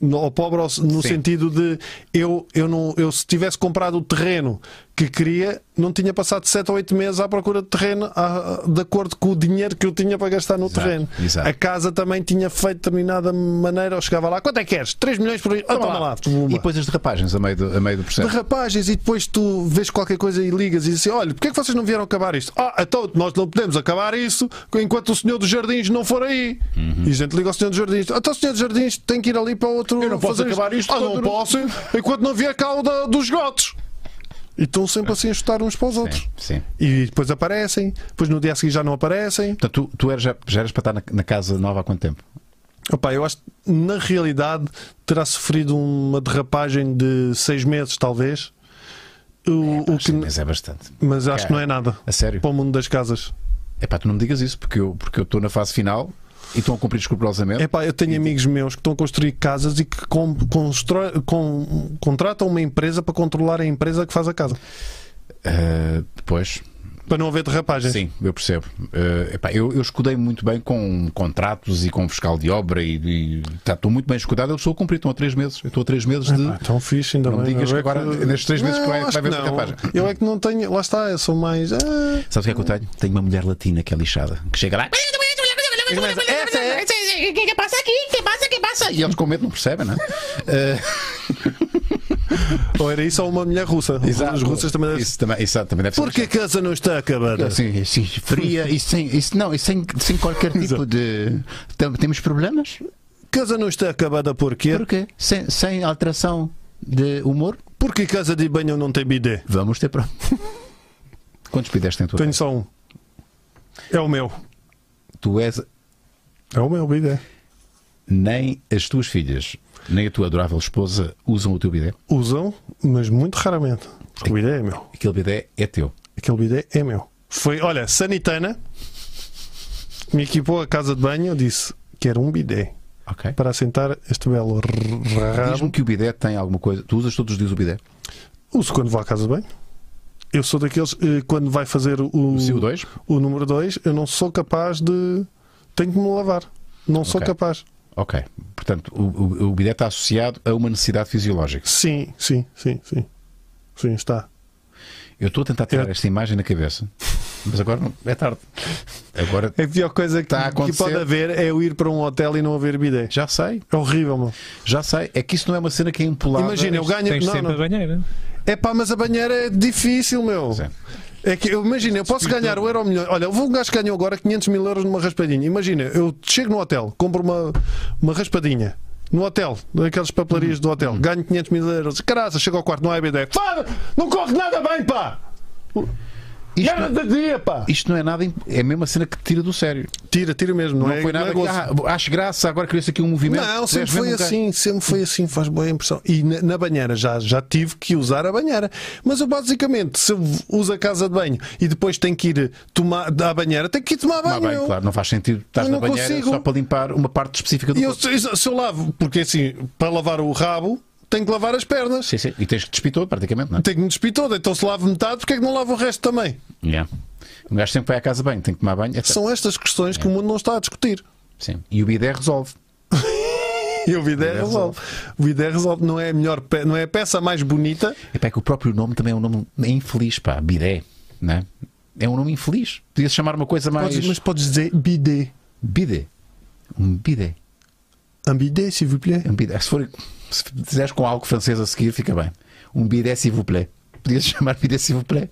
Speaker 2: No, ou pobre ao- no
Speaker 3: Sim.
Speaker 2: sentido de eu, eu, não, eu se tivesse comprado o terreno que queria, não tinha passado 7 ou 8 meses à procura de terreno a- de acordo com o dinheiro que eu tinha para gastar no
Speaker 3: Exato,
Speaker 2: terreno.
Speaker 3: exato.
Speaker 2: A casa também tinha feito de determinada maneira, ou chegava lá, quanto é que queres? 3 milhões por aí? Ah, toma lá.
Speaker 3: E
Speaker 2: pumba.
Speaker 3: depois as derrapagens a meio do, a meio do
Speaker 2: de
Speaker 3: processo.
Speaker 2: rapagens e depois tu vês qualquer coisa e ligas e dizes assim, olha, porque é que vocês não vieram acabar isto? Ah, então nós não podemos acabar isso enquanto o senhor dos jardins não for aí.
Speaker 3: Uhum.
Speaker 2: E a gente liga ao senhor dos jardins, então o senhor dos jardins tem que ir ali para outro...
Speaker 3: Eu não posso
Speaker 2: fazer
Speaker 3: acabar isto
Speaker 2: Ah, não
Speaker 3: quando-
Speaker 2: posso, enquanto não vier cá o da- dos gotos. E estão sempre assim a chutar uns para os outros.
Speaker 3: É. Sim, sim.
Speaker 2: E depois aparecem, depois no dia a seguir já não aparecem.
Speaker 3: Portanto, tu, tu eras, já, já eras para estar na, na casa nova há quanto tempo?
Speaker 2: Opa, eu acho que na realidade terá sofrido uma derrapagem de seis meses, talvez. O, o
Speaker 3: Sim,
Speaker 2: que,
Speaker 3: mas é bastante.
Speaker 2: mas acho que não é nada.
Speaker 3: A sério?
Speaker 2: Para o mundo das casas.
Speaker 3: É pá, tu não me digas isso, porque eu porque eu estou na fase final e estão a cumprir escrupulosamente.
Speaker 2: É pá, eu tenho amigos meus que estão a construir casas e que com, constrói- com- contratam uma empresa para controlar a empresa que faz a casa.
Speaker 3: Ah, depois.
Speaker 2: Para não haver derrapagens.
Speaker 3: Sim, eu percebo. Eh, epá, eu, eu escudei muito bem com contratos e com fiscal de obra e, e tá, estou muito bem escudado. Eu estou a cumprir, estão a três meses. Eu estou a três meses de.
Speaker 2: Ah, então fixe, ainda
Speaker 3: Não
Speaker 2: bem.
Speaker 3: digas
Speaker 2: Eu é
Speaker 3: que agora, nestes três meses que vai-
Speaker 2: acho
Speaker 3: vai haver
Speaker 2: não.
Speaker 3: derrapagem.
Speaker 2: Eu é que não tenho. Lá está, eu sou mais. ah,
Speaker 3: Sabes o que é que eu tenho? Tenho uma mulher latina que é lixada, que chega lá. O que é que passa aqui? O que passa? O que passa? E eles com medo não percebem, não é? Eh,
Speaker 2: Ou era isso ou uma mulher russa. Os russos também devem.
Speaker 3: Isso também, exato, também deve ser.
Speaker 2: Porque a casa não está acabada.
Speaker 3: Assim, assim, fria e sem, isso, não, e sem, sem qualquer tipo de. Tam- Temos problemas?
Speaker 2: Casa não está acabada porquê?
Speaker 3: Porquê? Sem, sem alteração de humor?
Speaker 2: Porque casa de banho não tem bidê.
Speaker 3: Vamos ter problema. Quantos pideste em tua
Speaker 2: Tenho
Speaker 3: casa?
Speaker 2: só um. É o meu.
Speaker 3: Tu és.
Speaker 2: É o meu bidê.
Speaker 3: Nem as tuas filhas, nem a tua adorável esposa usam o teu bidé.
Speaker 2: Usam, mas muito raramente. Porque o bidê é meu.
Speaker 3: Aquele bidé é teu.
Speaker 2: Aquele bidé é meu. Foi, olha, Sanitana me equipou a casa de banho. Eu disse: Quero um bidé
Speaker 3: Ok.
Speaker 2: para assentar este belo r-
Speaker 3: Diz-me
Speaker 2: rabo.
Speaker 3: que o bidé tem alguma coisa. Tu usas todos os dias o bidé?
Speaker 2: Uso quando vou à casa de banho. Eu sou daqueles, eh, quando vai fazer o,
Speaker 3: O CO2?
Speaker 2: o número 2, eu não sou capaz de. Tenho que me lavar. Não sou
Speaker 3: Ok.
Speaker 2: capaz.
Speaker 3: Ok. Portanto, o, o, o bidé está associado a uma necessidade fisiológica.
Speaker 2: Sim, sim, sim, sim. Sim, está.
Speaker 3: Eu estou a tentar tirar
Speaker 2: É.
Speaker 3: esta imagem da cabeça, mas agora não. É tarde. Agora
Speaker 2: É A pior coisa que,
Speaker 3: Está a
Speaker 2: que
Speaker 3: acontecer.
Speaker 2: pode haver é eu ir para um hotel e não haver bidé.
Speaker 3: já sei,
Speaker 2: É horrível, mano.
Speaker 3: já sei. É que isso não é uma cena que é empolada.
Speaker 2: Imagina, eu ganho.
Speaker 1: Tens
Speaker 2: não,
Speaker 1: sempre
Speaker 2: não.
Speaker 1: a banheira.
Speaker 2: É pá, mas a banheira é difícil, meu.
Speaker 3: Sim.
Speaker 2: É que eu imagino, eu posso ganhar o euro milhão. Olha, houve um gajo que ganhou agora 500 mil euros numa raspadinha. Imagina, eu chego no hotel, compro uma, uma raspadinha. No hotel, naquelas papelarias do hotel, ganho 500 mil euros. Caraca, chego ao quarto, não há ideia. Fada, não corre nada bem, pá!
Speaker 3: Isto,
Speaker 2: Merda de dia, pá!
Speaker 3: isto não é nada. imp- É mesmo uma cena que te tira do sério.
Speaker 2: Tira, tira mesmo, não,
Speaker 3: Não
Speaker 2: é?
Speaker 3: foi nada.
Speaker 2: é
Speaker 3: que,
Speaker 2: gozo.
Speaker 3: ah, acho graça, agora criou-se aqui um movimento.
Speaker 2: Não, sempre
Speaker 3: Dez
Speaker 2: foi
Speaker 3: mesmo um gajo.
Speaker 2: assim, sempre foi assim, faz boa impressão. E na, na banheira, já, já tive que usar a banheira. Mas eu basicamente, se eu uso a casa de banho e depois tenho que ir tomar à banheira, tenho que ir tomar banho.
Speaker 3: Tomar banho,
Speaker 2: meu.
Speaker 3: claro, não faz sentido. Estás
Speaker 2: Eu
Speaker 3: na
Speaker 2: não
Speaker 3: banheira
Speaker 2: consigo.
Speaker 3: só para limpar uma parte específica do
Speaker 2: E eu,
Speaker 3: corpo.
Speaker 2: se se eu lavo, porque assim, para lavar o rabo, tenho que lavar as pernas.
Speaker 3: Sim, sim. E tens que despir todo, praticamente, não é?
Speaker 2: Tenho que me despir todo, então se lavo metade, porque é que não lavo o resto também?
Speaker 3: Yeah. Um gajo sempre vai à casa bem, tem que tomar banho. etc.
Speaker 2: São estas questões
Speaker 3: É.
Speaker 2: que o mundo não está a discutir.
Speaker 3: Sim. E o bidé resolve.
Speaker 2: E o
Speaker 3: É,
Speaker 2: Vidé resolve. O Vidé resolve, não é a melhor, pe- não é a peça mais bonita.
Speaker 3: Epá, É que o próprio nome também é um nome infeliz, pá. Bidé, não é? É um nome infeliz. Podia se chamar uma coisa mais.
Speaker 2: Podes- mas podes dizer bidé.
Speaker 3: Bidé. Um bidé.
Speaker 2: Un bidé, s'il vous plaît.
Speaker 3: Um bidé. Se, for, se fizeres com algo francês a seguir, fica bem. Um bidé, s'il vous plaît. Podia se chamar bidé, s'il vous plaît.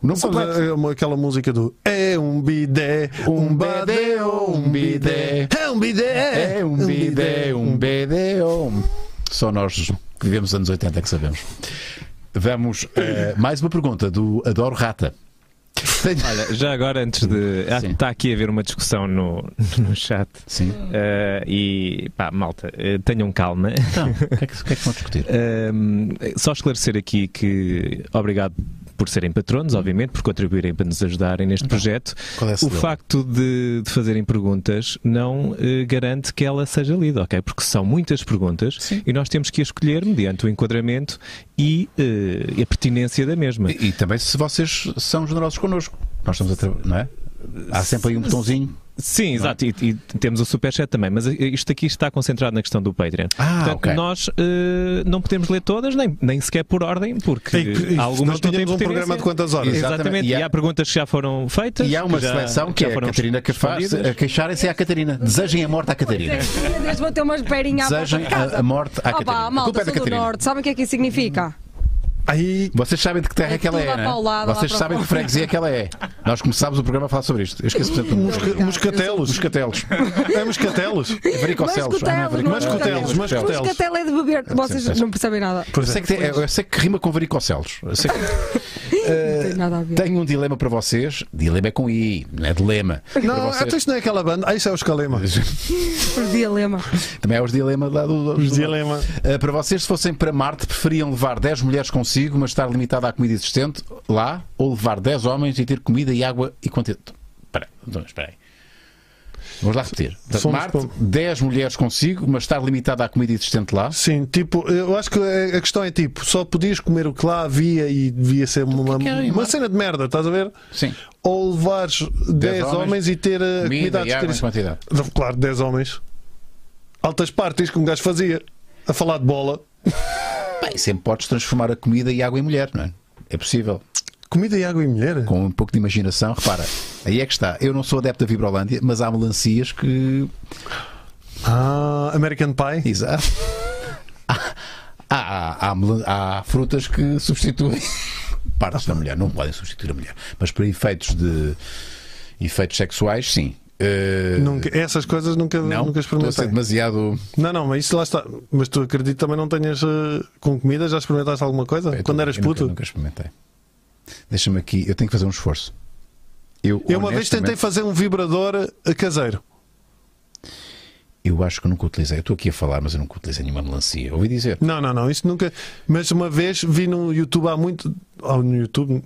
Speaker 3: O nome
Speaker 2: Sabes,
Speaker 3: completo.
Speaker 2: é uma- aquela música do É um bidé, um badé ou um bidé. É um bidé,
Speaker 3: É um bidé, um bidé. um- Só nós que vivemos nos anos 80 é que sabemos. Vamos, eh, mais uma pergunta do Adoro Rata. Tenho-
Speaker 1: Olha, já agora, antes de. ah,
Speaker 3: Sim.
Speaker 1: Está aqui a haver uma discussão no, no chat.
Speaker 3: Sim.
Speaker 1: eh, e pá, malta, eh, tenham calma. Eh,
Speaker 3: Então, o que é que, o que é que vão discutir?
Speaker 1: Ahm, só esclarecer aqui que obrigado por serem patronos, obviamente, por contribuírem para nos ajudarem neste projeto.
Speaker 3: Qual é a
Speaker 1: o
Speaker 3: celeuma?
Speaker 1: facto de, de fazerem perguntas não eh, garante que ela seja lida, ok? Porque são muitas perguntas e nós temos que a escolher mediante o enquadramento e eh, a pertinência da mesma.
Speaker 3: E, e também se vocês são generosos connosco. Nós estamos a trabalhar, não é? Há sempre aí um botãozinho.
Speaker 1: Sim,
Speaker 2: é?
Speaker 1: exato. E, e temos o Superchat também, mas eh, isto aqui está concentrado na questão do Patreon.
Speaker 3: Ah,
Speaker 1: Portanto,
Speaker 3: ok.
Speaker 1: nós eh, não podemos ler todas, nem, nem sequer por ordem, porque
Speaker 2: Tem que-
Speaker 1: eh,
Speaker 2: nós
Speaker 1: algumas não têm
Speaker 2: tínhamos um programa
Speaker 1: pertinência.
Speaker 2: de quantas horas?
Speaker 3: Exato.
Speaker 1: Exatamente.
Speaker 3: Exatamente.
Speaker 1: E, há, perguntas que já foram feitas.
Speaker 2: um-
Speaker 3: E há uma
Speaker 1: já-
Speaker 3: seleção que
Speaker 1: já
Speaker 3: é a
Speaker 1: foram
Speaker 3: Catarina que faz.
Speaker 1: respondidas.
Speaker 3: A queixarem-se é a Catarina. Desejem a morte à Catarina.
Speaker 4: Deus, vou ter umas perinhas à volta
Speaker 3: Desejem
Speaker 4: de
Speaker 3: a,
Speaker 4: casa.
Speaker 3: a morte à Catarina.
Speaker 4: Opa,
Speaker 3: A culpa
Speaker 4: malta,
Speaker 3: é da
Speaker 4: sou do
Speaker 3: Catarina.
Speaker 4: norte. Sabem o que é que isso significa?
Speaker 2: Aí,
Speaker 3: Vocês sabem de que terra é que ela
Speaker 4: Tudo
Speaker 3: é,
Speaker 4: lá para o
Speaker 3: né?
Speaker 4: lado, lá
Speaker 3: Vocês
Speaker 4: para o
Speaker 3: sabem de que freguesia é que ela é. Nós começámos o programa a falar sobre isto. Eu esqueci sempre do nome.
Speaker 2: mosca- moscatelos.
Speaker 3: Moscatelos.
Speaker 2: É moscatelos?
Speaker 3: Varicocelos. Ah, não,
Speaker 4: Mascotelos, não é?
Speaker 3: varicocelos.
Speaker 2: Mascotelos, mascotelos.
Speaker 4: Mas que até é de beber. Vocês
Speaker 3: sim.
Speaker 4: não percebem nada.
Speaker 2: é.
Speaker 3: Eu sei, que tem- eu sei que rima com varicocelos. Eu sei que-
Speaker 4: Não tem nada a ver.
Speaker 3: Tenho um dilema para vocês. Dilema é com I, não é dilema.
Speaker 2: Não,
Speaker 3: Para
Speaker 2: até
Speaker 3: vocês.
Speaker 2: isto não é aquela banda. Ah, isso é os Calema.
Speaker 4: Por dilema.
Speaker 3: Também é os dilemas lá do. do-
Speaker 2: Os
Speaker 3: do-
Speaker 2: Dilema.
Speaker 3: Ah, para vocês, se fossem para Marte, preferiam levar 10 mulheres consigo, mas estar limitada à comida existente lá, ou levar 10 homens e ter comida e água e quantidade. Espera, então, espera aí. Vamos lá repetir. Portanto,
Speaker 2: Somos
Speaker 3: Marte,
Speaker 2: pouco.
Speaker 3: 10 mulheres consigo, mas estar limitada à comida existente lá.
Speaker 2: Sim, tipo, eu acho que a a questão é tipo, só podias comer o que lá havia e devia ser uma,
Speaker 3: que é,
Speaker 2: uma
Speaker 3: Marco?
Speaker 2: cena de merda, estás a ver?
Speaker 3: Sim.
Speaker 2: Ou levares 10
Speaker 3: homens,
Speaker 2: homens e ter a Eh, comida
Speaker 3: Comida
Speaker 2: à
Speaker 3: e água em
Speaker 2: descrição.
Speaker 3: quantidade.
Speaker 2: Não, Claro, 10 homens. Altas partes que um gajo fazia. A falar de bola.
Speaker 3: Bem, sempre podes transformar a comida e água em mulher, não é? É possível.
Speaker 2: Comida e água e mulher?
Speaker 3: com um pouco de imaginação, repara, aí é que está. Eu não sou adepto da Vibrolândia, mas há melancias que.
Speaker 2: Ah, American Pie?
Speaker 3: Exato. "Ah, Há, há, há melan- há frutas que substituem partes da mulher, não podem substituir a mulher. Mas para efeitos de efeitos sexuais, sim. Eh,
Speaker 2: Nunca, essas coisas nunca,
Speaker 3: não,
Speaker 2: nunca
Speaker 3: estou a ser
Speaker 2: experimentei.
Speaker 3: demasiado.
Speaker 2: Não, não, mas isso lá está. Mas tu acredito também não tenhas eh, com comida, já experimentaste alguma coisa?
Speaker 3: Eu é,
Speaker 2: Quando
Speaker 3: tô-
Speaker 2: eras
Speaker 3: eu nunca-
Speaker 2: puto?
Speaker 3: Nunca, experimentei. Deixa-me aqui, eu tenho que fazer um esforço. Eu,
Speaker 2: Eu uma vez tentei
Speaker 3: honestamente,
Speaker 2: fazer um vibrador eh, caseiro.
Speaker 3: Eu acho que eu nunca utilizei. Eu estou aqui a falar, mas eu nunca utilizei nenhuma melancia. Ouvi dizer.
Speaker 2: Não, não, não, isso nunca. Mas uma vez vi no YouTube há muito. Ou no YouTube,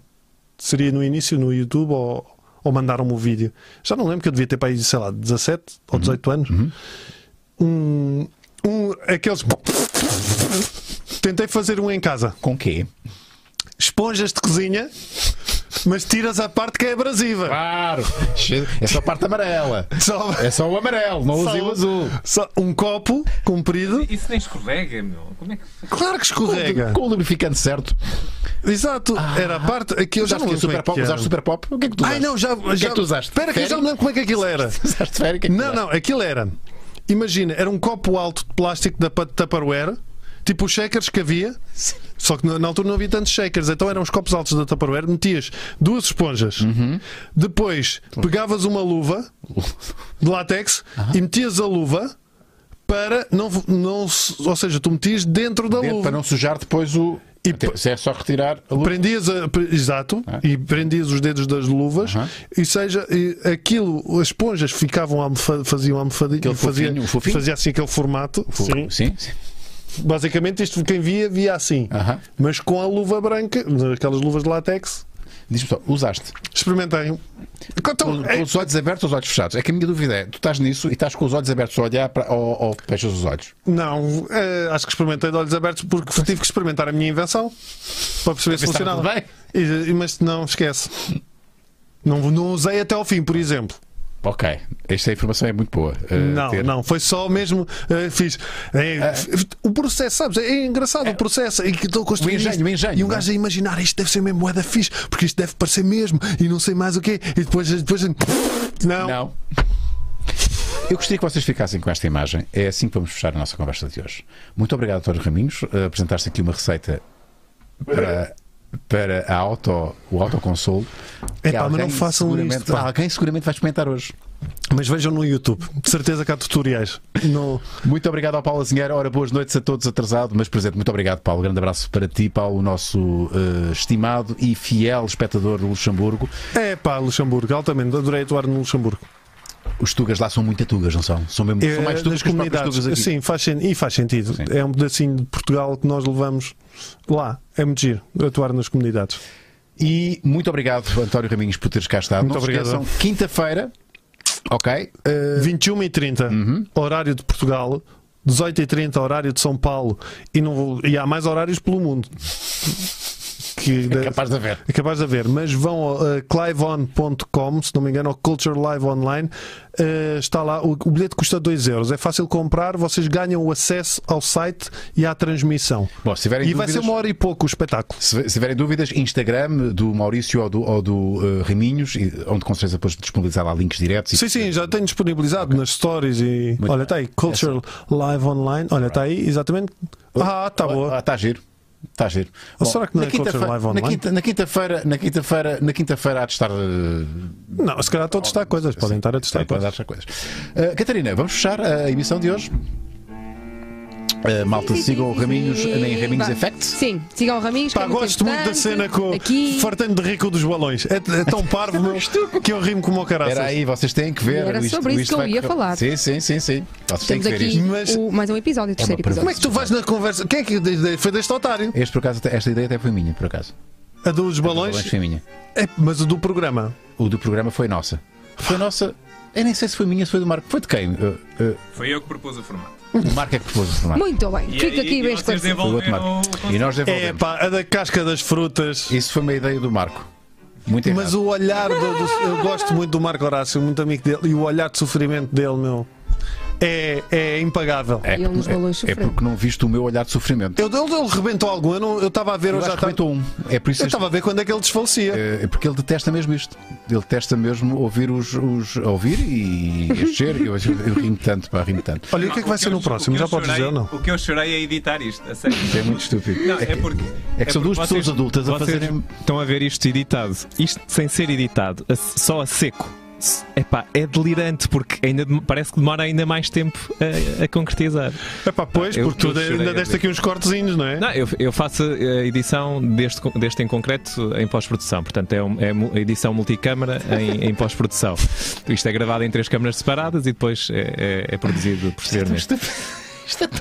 Speaker 2: seria no início no YouTube ou, ou mandaram-me o vídeo. Já não lembro que eu devia ter para aí, sei lá, 17
Speaker 3: Uhum.
Speaker 2: ou 18 anos. Um, um. Aqueles. Tentei fazer um em casa.
Speaker 3: Com quê?
Speaker 2: Esponjas de cozinha, mas tiras a parte que é abrasiva.
Speaker 3: Claro! É só a parte amarela.
Speaker 2: Só,
Speaker 3: É só o amarelo, não usei
Speaker 2: Só-
Speaker 3: o azul.
Speaker 2: só um copo comprido.
Speaker 6: Isso nem escorrega, meu. Como é que.
Speaker 2: Claro que escorrega.
Speaker 3: Com o lubrificante certo.
Speaker 2: Exato.
Speaker 3: Ah,
Speaker 2: Era a parte. Aqui eu já
Speaker 3: Usaste
Speaker 2: não
Speaker 3: o quê?
Speaker 2: lembro.
Speaker 3: super
Speaker 2: como é que
Speaker 3: pop?
Speaker 2: era.
Speaker 3: Usaste super pop? O que é que tu
Speaker 2: Ai
Speaker 3: usaste?
Speaker 2: não, já.
Speaker 3: O que
Speaker 2: já
Speaker 3: é que tu usaste?
Speaker 2: Espera, que eu já
Speaker 3: Férias?
Speaker 2: me lembro como é que aquilo era.
Speaker 3: Usaste férias? O que é que tu
Speaker 2: Não,
Speaker 3: usaste?
Speaker 2: não, aquilo era. Imagina, era um copo alto de plástico da pa- Tupperware, tipo os shakers que havia, só que na na altura não havia tantos shakers, então eram os copos altos da Tupperware, metias duas esponjas,
Speaker 3: Uhum.
Speaker 2: depois pegavas uma luva de látex e metias a luva para não, não. se- Ou seja, tu metias dentro da
Speaker 3: Dentro,
Speaker 2: luva.
Speaker 3: Para não sujar depois o.
Speaker 2: é E
Speaker 3: Até-
Speaker 2: p-
Speaker 3: se é só retirar a luva.
Speaker 2: Prendias a, pre- exato, e prendias os dedos das luvas,
Speaker 3: É. Aham.
Speaker 2: e seja e aquilo, as esponjas ficavam almofa, faziam almofadinha,
Speaker 3: Aquele
Speaker 2: fazia,
Speaker 3: fofinho, o fofinho?
Speaker 2: fazia assim aquele formato. Sim.
Speaker 3: Sim, sim.
Speaker 2: Basicamente, isto quem via, via assim,
Speaker 3: Aham.
Speaker 2: mas com a luva branca, aquelas luvas de látex.
Speaker 3: Diz-me só, usaste
Speaker 2: Experimentei. Então,
Speaker 3: com,
Speaker 2: é-
Speaker 3: com os olhos abertos ou os olhos fechados? É que a minha dúvida é: tu estás nisso e estás com os olhos abertos a olhar para, ou, ou fechas os olhos?
Speaker 2: não, é, acho que experimentei de olhos abertos porque tive que experimentar a minha invenção para perceber se
Speaker 3: Ver se estava
Speaker 2: funcionava.
Speaker 3: tudo
Speaker 2: E- e- mas não esquece. Não, não usei até ao fim, por exemplo.
Speaker 3: Ok, esta informação é muito boa. eh,
Speaker 2: Não,
Speaker 3: ter. Ah.
Speaker 2: não, foi só mesmo. eh, fiz. eh, f- O processo, sabes? É engraçado o processo. E que estou a construir.
Speaker 3: O engenho,
Speaker 2: isto.
Speaker 3: o engenho,
Speaker 2: E um
Speaker 3: não é?
Speaker 2: gajo a imaginar isto deve ser mesmo moeda fixe, porque isto deve parecer mesmo, e não sei mais o quê. E depois. depois não.
Speaker 3: Não. Eu gostaria que vocês ficassem com esta imagem. É assim que vamos fechar a nossa conversa de hoje. Muito obrigado, António Raminhos. Uh, Apresentaste aqui uma receita para, para a auto, o autoconsolo.
Speaker 2: Epá,
Speaker 3: que
Speaker 2: mas
Speaker 3: alguém
Speaker 2: não façam
Speaker 3: seguramente-
Speaker 2: isto, pá.
Speaker 3: Alguém seguramente vai experimentar hoje.
Speaker 2: Mas vejam no YouTube. De certeza que há tutoriais. No...
Speaker 3: Muito obrigado ao Paulo Azinheiro. Ora, boas noites a todos atrasado, mas presente. Muito obrigado, Paulo. Grande abraço para ti, Paulo, o nosso uh, estimado e fiel espectador do Luxemburgo.
Speaker 2: É pá, Luxemburgo, altamente. Adorei atuar no Luxemburgo.
Speaker 3: Os tugas lá são muito tugas, não são? São, mesmo, são mais
Speaker 2: Eh,
Speaker 3: tugas
Speaker 2: nas
Speaker 3: que os próprios
Speaker 2: comunidades.
Speaker 3: tugas aqui.
Speaker 2: Sim, faz, sen- e faz sentido.
Speaker 3: Sim.
Speaker 2: É um pedacinho de Portugal que nós levamos lá. É muito giro atuar nas comunidades.
Speaker 3: E muito obrigado, António Raminhos, por teres cá estado.
Speaker 2: Muito
Speaker 3: Não se
Speaker 2: obrigado.
Speaker 3: esqueçam, quinta-feira, ok? eh, Uhum.
Speaker 2: 21 e 30, horário de Portugal. 18 e 30, horário de São Paulo. E, não vou- e há mais horários pelo mundo. Que
Speaker 3: é capaz de haver.
Speaker 2: É capaz de haver, mas vão eh, a cliveon.com, se não me engano, ou Culture Live Online. eh, está lá, o, o bilhete custa 2 euros. É fácil comprar, vocês ganham o acesso ao site e à transmissão.
Speaker 3: Bom, se tiverem
Speaker 2: e vai ser
Speaker 3: dúvidas-
Speaker 2: uma hora e pouco o espetáculo.
Speaker 3: Se se tiverem dúvidas, Instagram do Maurício ou do, ou do eh, Raminhos, e- onde com certeza depois disponibilizar lá links diretos. e-
Speaker 2: Sim, sim, já tenho disponibilizado nas stories e.
Speaker 3: Muito
Speaker 2: olha,
Speaker 3: bem.
Speaker 2: está aí, Culture Live Online. Olha, está aí, exatamente. Ah, está boa.
Speaker 3: Ah, tá giro. Está giro.
Speaker 2: Ou será que não é
Speaker 3: quinta-fe-
Speaker 2: Culture Live Online?
Speaker 3: Na quinta- na quinta-feira, na quinta-feira, na quinta-feira há de estar. eh,
Speaker 2: Não, se calhar estou a testar coisas, podem estar a testar
Speaker 3: Sim, pode
Speaker 2: coisas.
Speaker 3: achar coisas. Ah, Catarina, vamos fechar a emissão de hoje. Ah, malta, sigam o Raminhos nem Raminhos
Speaker 4: Vá.
Speaker 3: Effect.
Speaker 4: Sim, sigam o Raminhos. que
Speaker 2: Pá,
Speaker 4: é muito
Speaker 2: gosto muito da
Speaker 4: importante.
Speaker 2: cena com
Speaker 4: Aqui.
Speaker 2: fartando de rico dos balões. É, é tão parvo meu, que eu rimo como o caraças.
Speaker 3: Era aí, vocês têm que ver.
Speaker 4: Era sobre isso que eu
Speaker 3: vai
Speaker 4: ia
Speaker 3: correr-
Speaker 4: falar.
Speaker 3: Sim, sim, sim, sim. Vocês têm
Speaker 4: Temos
Speaker 3: que ver
Speaker 4: aqui
Speaker 3: isto.
Speaker 2: Mas-
Speaker 4: o- mais um episódio, o terceiro
Speaker 3: pergunta.
Speaker 4: episódio.
Speaker 2: Como é que tu vais na conversa? Quem é que eu dei- foi deste otário?
Speaker 3: Este, por acaso, esta ideia até foi minha, por acaso.
Speaker 2: A dos balões?
Speaker 3: Mas foi minha.
Speaker 2: É, mas o do programa.
Speaker 3: O do programa foi nossa. Foi nossa. Eu nem sei se foi minha, se foi do Marco. Foi de quem? Uh, uh,
Speaker 6: Foi eu que propus o formato.
Speaker 3: o Marco é que propôs o formato.
Speaker 4: Muito bem,
Speaker 6: E-
Speaker 4: fica
Speaker 6: e-
Speaker 4: aqui
Speaker 6: e
Speaker 4: bem
Speaker 6: vocês
Speaker 4: esclarecido.
Speaker 3: Foi o outro
Speaker 6: desenvolveram
Speaker 3: Marco.
Speaker 6: o
Speaker 3: E nós
Speaker 2: É
Speaker 3: devolvemos.
Speaker 2: pá, a da casca das frutas.
Speaker 3: Isso foi uma ideia do Marco. Muito
Speaker 2: Mas
Speaker 3: errado.
Speaker 2: o olhar do, do- Eu gosto muito do Marco Horácio, muito amigo dele, e o olhar de sofrimento dele, meu, é, é impagável.
Speaker 3: É,
Speaker 4: E ele nos
Speaker 3: é-
Speaker 4: balões
Speaker 3: é,
Speaker 4: sofrendo.
Speaker 3: porque não viste o meu olhar de sofrimento.
Speaker 2: Eu, ele, ele rebentou algum, eu não- eu estava a ver, eu,
Speaker 3: Eu
Speaker 2: já
Speaker 3: acho que
Speaker 2: estava.
Speaker 3: aumentou um. É por isso
Speaker 2: Eu
Speaker 3: este-
Speaker 2: estava a ver quando é que ele desfalecia.
Speaker 3: É porque ele detesta mesmo isto. Ele detesta mesmo ouvir os. os- ouvir e encher. Eu, eu rimo tanto, pá, rimo tanto.
Speaker 2: Olha, e o que é que vai ser no próximo? Já podes dizer ou não?
Speaker 6: O que eu chorei é editar isto, a sério.
Speaker 3: É muito estúpido.
Speaker 6: Não, é
Speaker 3: que-
Speaker 6: porque.
Speaker 3: é que são duas
Speaker 6: porque vocês-
Speaker 3: pessoas adultas a
Speaker 1: Vocês
Speaker 3: fazerem.
Speaker 1: estão a ver isto editado. Isto sem ser editado, a- só a seco. Epá, é delirante porque ainda dem- parece que demora ainda mais tempo a, a concretizar.
Speaker 2: É pá, pois,
Speaker 1: Eu-
Speaker 2: porque tu
Speaker 1: eu
Speaker 2: de-
Speaker 1: chorei
Speaker 2: ainda
Speaker 1: a
Speaker 2: deste
Speaker 1: ver.
Speaker 2: aqui uns cortezinhos, não é?
Speaker 1: Não, eu, eu faço a edição deste, co- deste em concreto em pós-produção. Portanto, é, um- é mu- edição multicâmara em, em pós-produção. Isto é gravado em três câmaras separadas e depois é, é- é produzido posteriormente.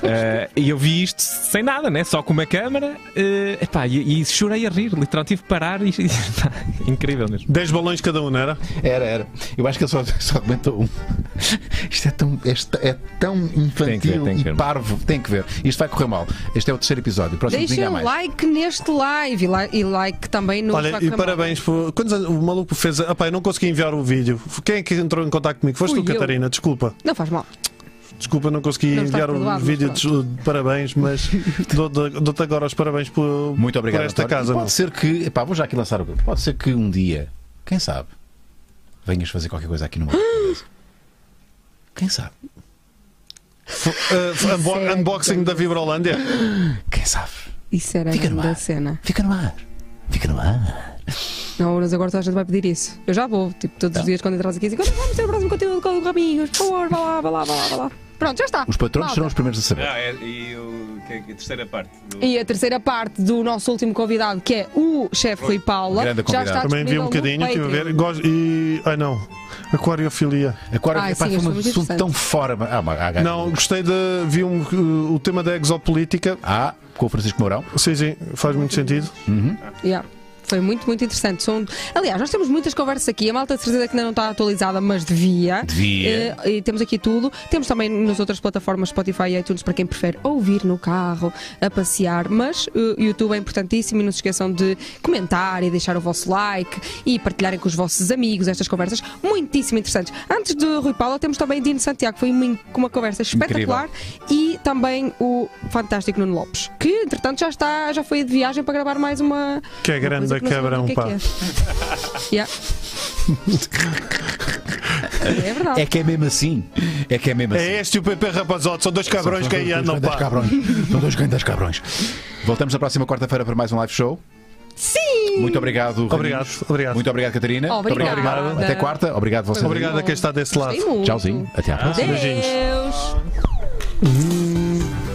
Speaker 1: Eh, E eu vi isto sem nada, né? só com uma câmara. eh, epá, e, e chorei a rir, literalmente tive que parar e. pá, incrível mesmo.
Speaker 2: 10 balões cada um, não era?
Speaker 3: Era, era. Eu acho que ele só, só aumentou um. Isto é tão, é, esta- é tão
Speaker 1: Tem que ver,
Speaker 3: infantil
Speaker 1: tem que ver.
Speaker 3: e parvo. Tem que ver. Isto vai correr mal. Este é o terceiro episódio. Próximo domingo
Speaker 4: Deixem
Speaker 3: há mais.
Speaker 4: um like neste live e, li- e like também no
Speaker 2: Olha, e
Speaker 4: Instagram.
Speaker 2: parabéns por. Quantos anos o maluco fez. Ah, pá, eu não consegui enviar o vídeo. Quem é que entrou em contato comigo? Foste
Speaker 4: Fui
Speaker 2: tu,
Speaker 4: eu.
Speaker 2: Catarina, desculpa.
Speaker 4: Não faz mal.
Speaker 2: Desculpa, não consegui
Speaker 4: Não estás
Speaker 2: enviar o
Speaker 4: perdoado,
Speaker 2: vídeo
Speaker 4: mas
Speaker 2: de, de parabéns, mas dou- dou- dou-te agora os parabéns por,
Speaker 3: Muito obrigado.
Speaker 2: por esta
Speaker 3: António.
Speaker 2: casa.
Speaker 3: E
Speaker 2: meu.
Speaker 3: Pode ser que. Epá, vou já aqui lançar o grupo. Pode ser que um dia, quem sabe, venhas fazer qualquer coisa aqui no meu. quem sabe?
Speaker 2: F- eh, f- unbo-
Speaker 4: Sério?
Speaker 2: unboxing da Vibrolândia.
Speaker 3: Quem sabe?
Speaker 4: Isso era
Speaker 3: Fica
Speaker 4: a
Speaker 3: no
Speaker 4: grande
Speaker 3: ar.
Speaker 4: cena.
Speaker 3: Fica no ar. Fica no ar.
Speaker 4: Não, mas agora toda a gente vai pedir isso. Eu já vou, tipo, todos
Speaker 2: Tá.
Speaker 4: os dias quando entras aqui, assim, quando é que vamos ter o próximo conteúdo com o Raminhos, por favor, vá lá, vá lá, vá lá, vá lá. Pronto, já está.
Speaker 3: Os patrões
Speaker 4: Malta.
Speaker 3: serão os primeiros a saber.
Speaker 6: Ah, é, e o, que é que- a terceira parte. do-
Speaker 4: E a terceira parte do nosso último convidado, que é o chefe Rui Paula,
Speaker 3: Grande
Speaker 4: já
Speaker 3: convidado.
Speaker 4: está
Speaker 2: Também vi um
Speaker 4: disponível
Speaker 2: bocadinho,
Speaker 4: no
Speaker 2: estive a ver.
Speaker 4: Patreon.
Speaker 2: Gosto, e. Ai não. Aquariofilia.
Speaker 3: Agora,
Speaker 4: Ah,
Speaker 3: epá,
Speaker 4: sim,
Speaker 3: foi
Speaker 4: este
Speaker 3: um
Speaker 4: foi muito
Speaker 3: assunto
Speaker 4: interessante.
Speaker 3: tão fora. mas- Ah, mas- ah,
Speaker 1: É.
Speaker 3: gajo.
Speaker 2: Não, gostei de. Vi um, eh, o tema da exopolítica.
Speaker 3: Ah, com o Francisco Mourão.
Speaker 2: Sim, sim, faz muito sentido.
Speaker 4: Yeah. Foi muito, muito interessante. São... Aliás, nós temos muitas conversas aqui. A malta de certeza que ainda não está atualizada, mas devia.
Speaker 3: Devia.
Speaker 4: Eh, e temos aqui tudo. Temos também nas outras plataformas Spotify e iTunes para quem prefere ouvir no carro, a passear. Mas o YouTube é importantíssimo e não se esqueçam de comentar e deixar o vosso like e partilharem com os vossos amigos estas conversas muitíssimo interessantes. Antes do Rui Paula, temos também Dino Santiago. Foi uma, uma conversa espetacular e também o fantástico Nuno Lopes, que entretanto já está, já foi de viagem para gravar mais uma.
Speaker 2: Que é
Speaker 4: uma coisa
Speaker 2: grande
Speaker 4: que não sei
Speaker 2: cabrão,
Speaker 4: bem o que
Speaker 2: pá.
Speaker 4: é que é. Yeah. É verdade.
Speaker 3: É que é mesmo assim. É que é mesmo assim.
Speaker 2: É este e o PP Rapazote, são dois cabrões que aí
Speaker 3: São dois
Speaker 2: andam,
Speaker 3: grandes
Speaker 2: pá.
Speaker 3: cabrões. São dois grandes cabrões. Voltamos na próxima quarta-feira para mais um live show. Sim! Muito obrigado. Raminhos.
Speaker 2: Obrigado, obrigado.
Speaker 3: Muito obrigado, Catarina. Muito obrigado,
Speaker 4: Obrigada.
Speaker 3: Marta. Até quarta. Obrigado, vocês.
Speaker 2: Obrigado a quem está desse lado.
Speaker 4: Gostei muito.
Speaker 3: Tchauzinho. Até à próxima.
Speaker 4: Deus.
Speaker 2: Beijinhos.